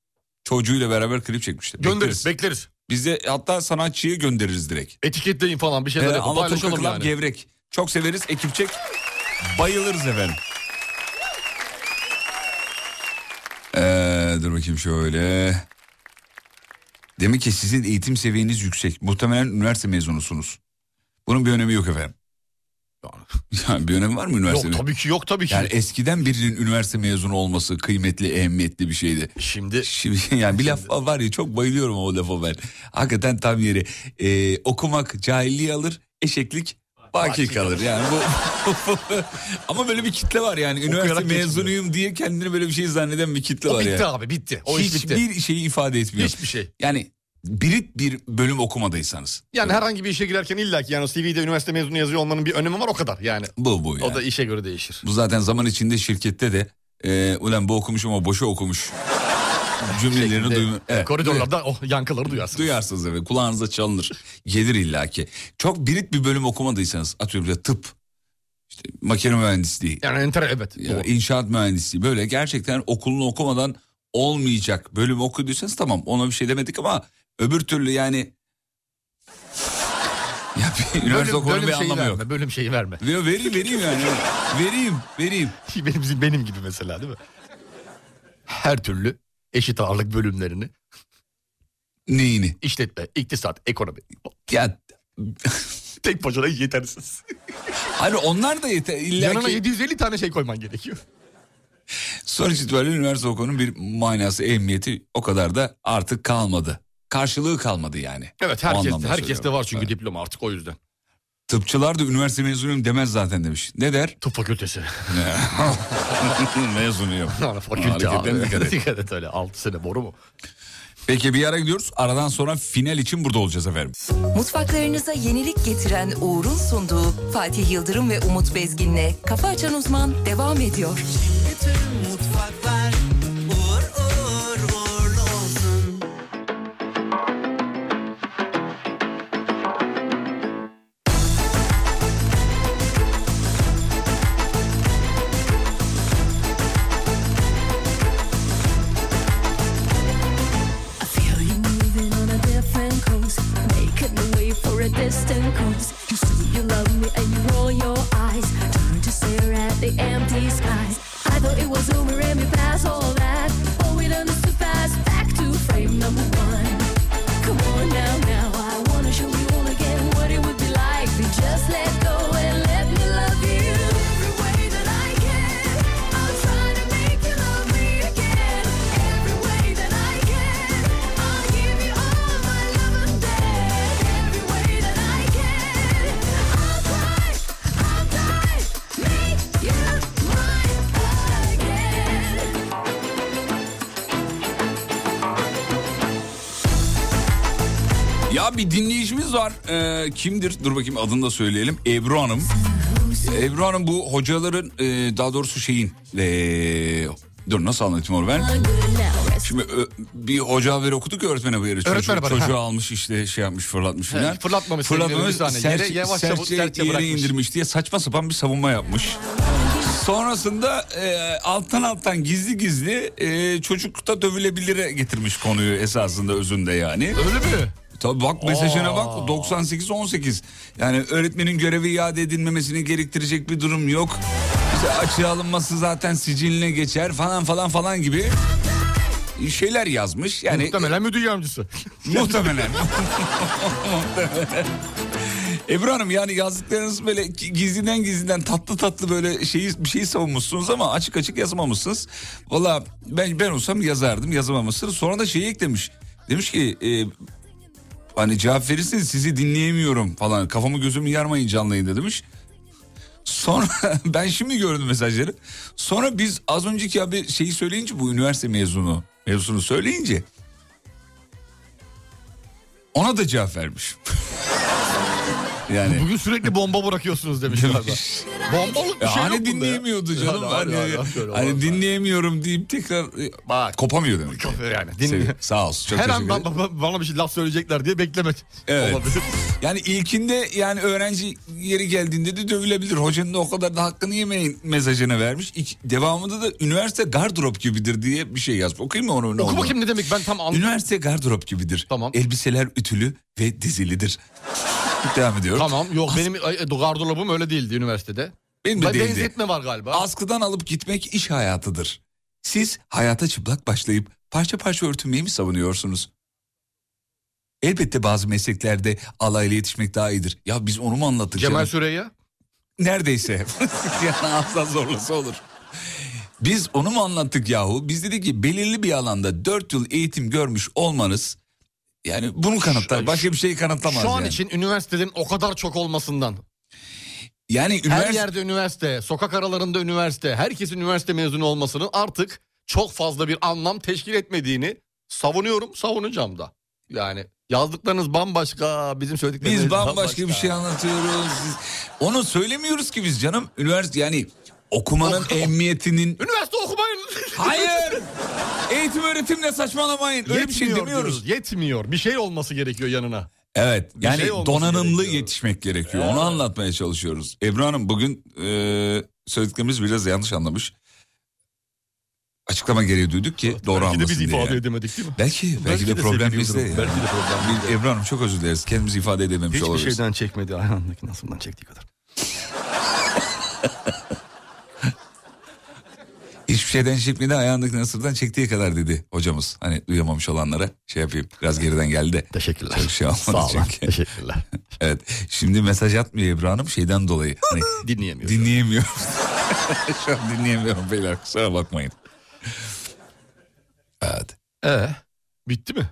D: Çocuğuyla beraber klip çekmişler.
E: Göndeririz, bekleriz.
D: Biz de hatta sanatçıyı göndeririz direkt.
E: Etiketleyin falan bir şeyler
D: Ee,
E: yapın.
D: Alaturka
E: Paylaşalım
D: Club
E: yani.
D: Gevrek. Çok severiz. Ekipçek. Bayılırız efendim. Ee, dur bakayım şöyle. Demek ki sizin eğitim seviyeniz yüksek. Muhtemelen üniversite mezunusunuz. Bunun bir önemi yok efendim. Yani bir önemi var mı üniversite?
E: Yok tabii ki yok tabii ki.
D: Yani eskiden birinin üniversite mezunu olması kıymetli, ehemmiyetli bir şeydi.
E: Şimdi
D: şimdi yani bir laf var ya çok bayılıyorum o lafa ben. Hakikaten tam yeri. Ee, okumak cahilliği alır, eşeklik baki kalır. Yani bu ama böyle bir kitle var yani üniversite
E: Okuyarak
D: mezunuyum diye kendini böyle bir şey zanneden bir kitle
E: O
D: var
E: bitti
D: yani.
E: abi, bitti. O iş bitti.
D: Hiçbir şeyi ifade etmiyor.
E: Hiçbir şey.
D: Yani birit bir bölüm okumadıysanız.
E: Yani herhangi bir işe girerken illa ki yani CV'de üniversite mezunu yazıyor olmanın bir önemi var o kadar yani.
D: Bu bu yani.
E: O da işe göre değişir.
D: Bu zaten zaman içinde şirkette de e, ulan bu okumuş ama boşa okumuş cümlelerini duyma. Evet.
E: Koridorlarda o yankıları duyarsınız.
D: Duyarsınız evet kulağınıza çalınır. Gelir illaki. Çok birit bir bölüm okumadıysanız atıyorum ya tıp, işte makine mühendisliği.
E: Yani enter evet.
D: Ya, inşaat mühendisliği böyle gerçekten okulunu okumadan olmayacak bölüm okuduysanız tamam ona bir şey demedik ama öbür türlü yani ya bir üniversite okulunun bir
E: şeyi
D: anlamı yok.
E: şey verme, bölüm şeyi verme.
D: Ver, vereyim vereyim yani. vereyim vereyim.
E: Benim, benim gibi mesela değil mi? Her türlü eşit ağırlık bölümlerini.
D: Neyini?
E: İşletme, iktisat, ekonomi.
D: Ya
E: tek başına yetersiz.
D: Hayır hani onlar da yeter. illa
E: Yanına
D: ki-
E: 750 tane şey koyman gerekiyor.
D: Sonuç itibariyle üniversite okulunun bir manası, ehemmiyeti o kadar da artık kalmadı. Karşılığı kalmadı yani.
E: Evet
D: O
E: herkes,
D: anlamda
E: herkes de
D: söylüyorum.
E: var çünkü diploma artık o yüzden.
D: Tıpçılar da üniversite mezunuyum demez zaten demiş. Ne der?
E: Tıp fakültesi.
D: Mezunuyum.
E: Yani fakülte
D: Hareketten
E: abi.
D: dikkat et.
E: Dikkat et öyle 6 sene boru mu?
D: Peki bir ara gidiyoruz. Aradan sonra final için burada olacağız efendim.
A: Mutfaklarınıza yenilik getiren Uğur'un sunduğu Fatih Yıldırım ve Umut Bezgin'le Kafa Açan Uzman devam ediyor.
B: Bütün mutfaklar uğur uğur uğurlu olsun.
N: I feel you moving on a different coast, making the way for a distant coast. You say you love me and you roll your eyes, turn to stare at the empty skies. I thought it was over and we passed all that, but we done is too fast. Back to frame number one. Come on now, now I wanna show you all again what it would be like if you just let go and let me love you. Every way that I can, I'll try to make you love me again. Every way that I can. I'll give you all my love and every way that I can. I'll try, I'll try, make you mine again.
D: Ya bir dinleyicimiz var. Ee, kimdir? Dur bakayım adını da söyleyelim. Ebru Hanım. Ebru Hanım bu hocaların e, daha doğrusu şeyin... e, dur nasıl anlatayım onu ben? Şimdi ö, bir hoca haberi okuduk ya öğretmen haberi. Çocuk-
E: Öğretmen haberi,
D: Çocuğu
E: ha.
D: almış işte şey yapmış fırlatmış
E: He,
D: filan.
E: fırlatmamış
D: Fırlatmamış
E: sevgili Hüsnü
D: serçe,
E: Hanım. Yere yavaş yavaş
D: serçe
E: serçe
D: yere
E: bırakmış.
D: indirmiş diye saçma sapan bir savunma yapmış. Sonrasında e, alttan alttan gizli gizli e, çocukta dövülebilire getirmiş konuyu esasında özünde yani. Öyle
E: mi?
D: Tabii bak mesajına bak 98-18 yani öğretmenin görevi iade edilmemesini gerektirecek bir durum yok. İşte açığa alınması zaten siciline geçer falan falan falan gibi şeyler yazmış. Yani
E: E,
D: muhtemelen müdür yardımcısı.
E: Şey,
D: muhtemelen. muhtemelen. Ebru Hanım yani yazdıklarınız böyle gizliden gizliden tatlı tatlı böyle şeyi bir şeyi savunmuşsunuz ama açık açık yazmamışsınız. Valla ben ben olsam yazardım yazamamışsınız. Sonra da şeyi eklemiş. Demiş ki e, hani cevap verirseniz sizi dinleyemiyorum falan. Kafamı gözümü yarmayın canlı yayında demiş. Sonra ben şimdi gördüm mesajları. Sonra biz az önceki abi şeyi söyleyince bu üniversite mezunu mevzusunu söyleyince ona da cevap vermiş. yani
E: Bugün sürekli bomba bırakıyorsunuz demiş galiba. Bombalık bir
D: Ya
E: şey
D: hani
E: yok bunda ya.
D: dinleyemiyordu canım.
E: Hadi, hadi,
D: hani
E: hadi, hadi, şöyle
D: hani
E: var.
D: dinleyemiyorum deyip tekrar Aa, kopamıyor demek. Kopuyor
E: yani. Dinle-
D: Sağ olsun. Çok
E: Her an
D: teşekkür ederim.
E: ba- ba- bana bir şey laf söyleyecekler diye beklemek
D: Evet.
E: olabilir.
D: Yani ilkinde yani öğrenci yeri geldiğinde de dövülebilir. Hocanın da o kadar da hakkını yemeyin mesajını vermiş. İk- devamında da üniversite gardırop gibidir diye bir şey yazmış. Okuyayım mı onu? Ne
E: Oku
D: olduğunu?
E: bakayım ne demek ben tam anlamadım.
D: Üniversite gardırop gibidir. Tamam. Elbiseler ütülü ve dizilidir. Devam ediyorum.
E: Tamam yok benim ay, e, gardırobum öyle değildi üniversitede.
D: Benim de
E: Ben-
D: değildi.
E: Benzetme var galiba.
D: Askıdan alıp gitmek iş hayatıdır. Siz hayata çıplak başlayıp parça parça örtünmeyi mi savunuyorsunuz? Elbette bazı mesleklerde alayla yetişmek daha iyidir. Ya biz onu mu anlattık?
E: Cemal
D: canım?
E: Süreyya.
D: Neredeyse. yani asla zorlasa olur. Biz onu mu anlattık yahu? Biz dedik ki belirli bir alanda 4 yıl eğitim görmüş olmanız yani bunu kanıtlar. Başka bir şeyi kanıtlamaz
E: Şu an
D: yani.
E: için üniversitelerin o kadar çok olmasından.
D: Yani
E: Her
D: ünivers-
E: yerde üniversite, sokak aralarında üniversite, herkes üniversite mezunu olmasının artık çok fazla bir anlam teşkil etmediğini savunuyorum, savunacağım da. Yani yazdıklarınız bambaşka, bizim söylediklerimiz
D: Biz bambaşka, bir şey anlatıyoruz. Biz- onu söylemiyoruz ki biz canım. Üniversite yani okumanın emniyetinin...
E: Üniversite okumayın.
D: Hayır. Eğitim öğretimle saçmalamayın. Öyle bir şey
E: Yetmiyor
D: demiyoruz.
E: diyoruz, Yetmiyor. Bir şey olması gerekiyor yanına.
D: Evet
E: Bir
D: yani
E: şey olması
D: donanımlı yetişmek gerekiyor. Onu anlatmaya çalışıyoruz. Ebru Hanım bugün e, söylediklerimiz biraz yanlış anlamış. Açıklama gereği duyduk ki doğru
E: Belki de
D: anlasın
E: biz
D: diye.
E: ifade edemedik değil mi?
D: Belki, belki,
E: Belki
D: de,
E: de
D: problem
E: sevgili
D: bizde.
E: Yıldırım,
D: ya.
E: belki de problem
D: Biz- Ebru Hanım çok özür dileriz. Kendimizi ifade edememiş
E: Hiçbir
D: olabiliriz.
E: şeyden çekmedi ayağındaki nasıldan çektiği kadar.
D: Hiçbir şeyden çekmedi ayağındaki nasırdan çektiği kadar dedi hocamız. Hani duyamamış olanlara şey yapayım biraz geriden geldi. de.
E: Teşekkürler.
D: Çok şey olmadı
E: Sağ olun,
D: çünkü.
E: Teşekkürler.
D: evet şimdi mesaj atmıyor Ebru Hanım şeyden dolayı. Hani
E: dinleyemiyorum.
D: Dinleyemiyorum. Şu an dinleyemiyorum beyler kusura bakmayın. Evet.
E: Ee, bitti mi?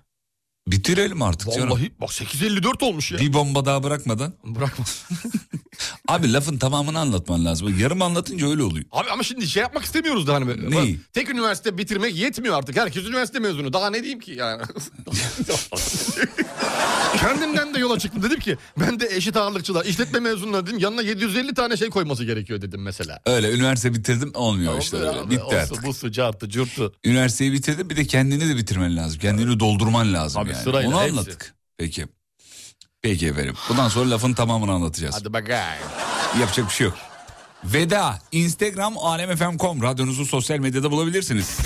D: Bitirelim artık canım.
E: Vallahi bak 8.54 olmuş ya.
D: Bir bomba daha bırakmadan.
E: Bırakma.
D: Abi lafın tamamını anlatman lazım. Yarım anlatınca öyle oluyor.
E: Abi ama şimdi şey yapmak istemiyoruz da hani. böyle.
D: Neyi?
E: Bak, Tek üniversite bitirmek yetmiyor artık. Herkes üniversite mezunu. Daha ne diyeyim ki yani. Kendimden de yola çıktım. Dedim ki ben de eşit ağırlıkçılar, işletme mezunları dedim. Yanına 750 tane şey koyması gerekiyor dedim mesela.
D: Öyle üniversite bitirdim olmuyor işte öyle.
E: abi,
D: Bitti
E: olsun,
D: artık.
E: Bu sıcaktı, curtu.
D: Üniversiteyi bitirdin bir de kendini de bitirmen lazım. Kendini doldurman lazım
E: Tabii,
D: yani.
E: sırayla
D: Onu
E: hepsi.
D: anlattık. Peki. Peki efendim. Bundan sonra lafın tamamını anlatacağız.
E: Hadi bakayım.
D: Yapacak bir şey yok. Veda. Instagram alemfm.com. Radyonuzu sosyal medyada bulabilirsiniz.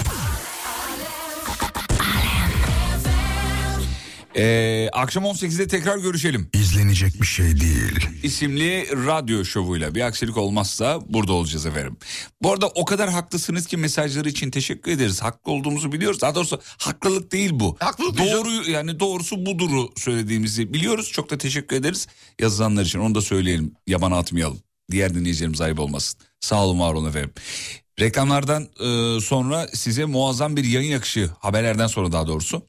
D: Ee, akşam 18'de tekrar görüşelim.
I: İzlenecek bir şey değil.
D: isimli radyo şovuyla bir aksilik olmazsa burada olacağız efendim. Bu arada o kadar haklısınız ki mesajları için teşekkür ederiz. Haklı olduğumuzu biliyoruz. Daha doğrusu haklılık değil bu. Doğru yani doğrusu buduru söylediğimizi biliyoruz. Çok da teşekkür ederiz yazanlar için. Onu da söyleyelim. Yabana atmayalım. Diğer dinleyicilerimiz ayıp olmasın. Sağ olun var olun efendim. Reklamlardan e, sonra size muazzam bir yayın akışı haberlerden sonra daha doğrusu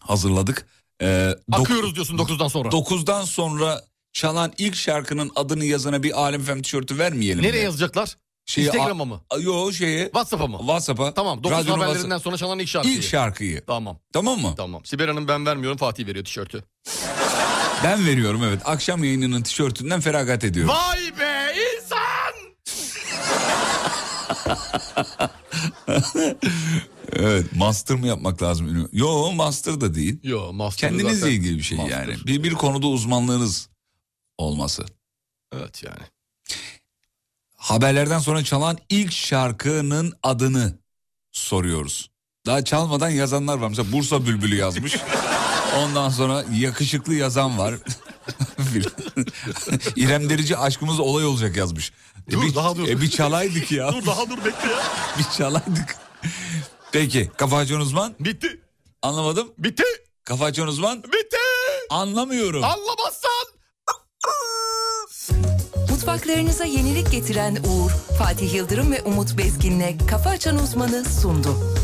D: hazırladık. E, dok-
E: Akıyoruz diyorsun 9'dan sonra.
D: 9'dan sonra çalan ilk şarkının adını yazana bir Alem Fem tişörtü vermeyelim.
E: Nereye
D: mi?
E: yazacaklar?
D: Şeye-
E: Instagram'a mı?
D: A- Yo şeye.
E: WhatsApp'a mı?
D: WhatsApp'a.
E: Tamam 9
D: Radyonun
E: haberlerinden
D: WhatsApp-
E: sonra çalan ilk şarkıyı.
D: İlk şarkıyı.
E: Tamam.
D: Tamam mı?
E: Tamam. Sibel Hanım ben vermiyorum Fatih veriyor tişörtü.
D: Ben veriyorum evet. Akşam yayınının tişörtünden feragat ediyorum.
E: Vay be insan!
D: evet master mı yapmak lazım? Ünlü- Yo master da değil.
E: Yo master
D: Kendinizle
E: zaten-
D: ilgili bir şey
E: Master.
D: yani. Bir, bir konuda uzmanlığınız olması.
E: Evet yani.
D: Haberlerden sonra çalan ilk şarkının adını soruyoruz. Daha çalmadan yazanlar var. Mesela Bursa Bülbülü yazmış. Ondan sonra yakışıklı yazan var. İrem Derici aşkımız olay olacak yazmış. Dur daha dur. E bir çalaydık ya.
O: Dur daha dur bekle ya.
D: bir çalaydık. Peki kafa açan uzman.
O: Bitti.
D: Anlamadım.
O: Bitti.
D: Kafa açan uzman.
O: Bitti.
D: Anlamıyorum.
O: Anlamazsan.
K: Mutfaklarınıza yenilik getiren Uğur, Fatih Yıldırım ve Umut Bezgin'le Kafa Açan Uzman'ı sundu.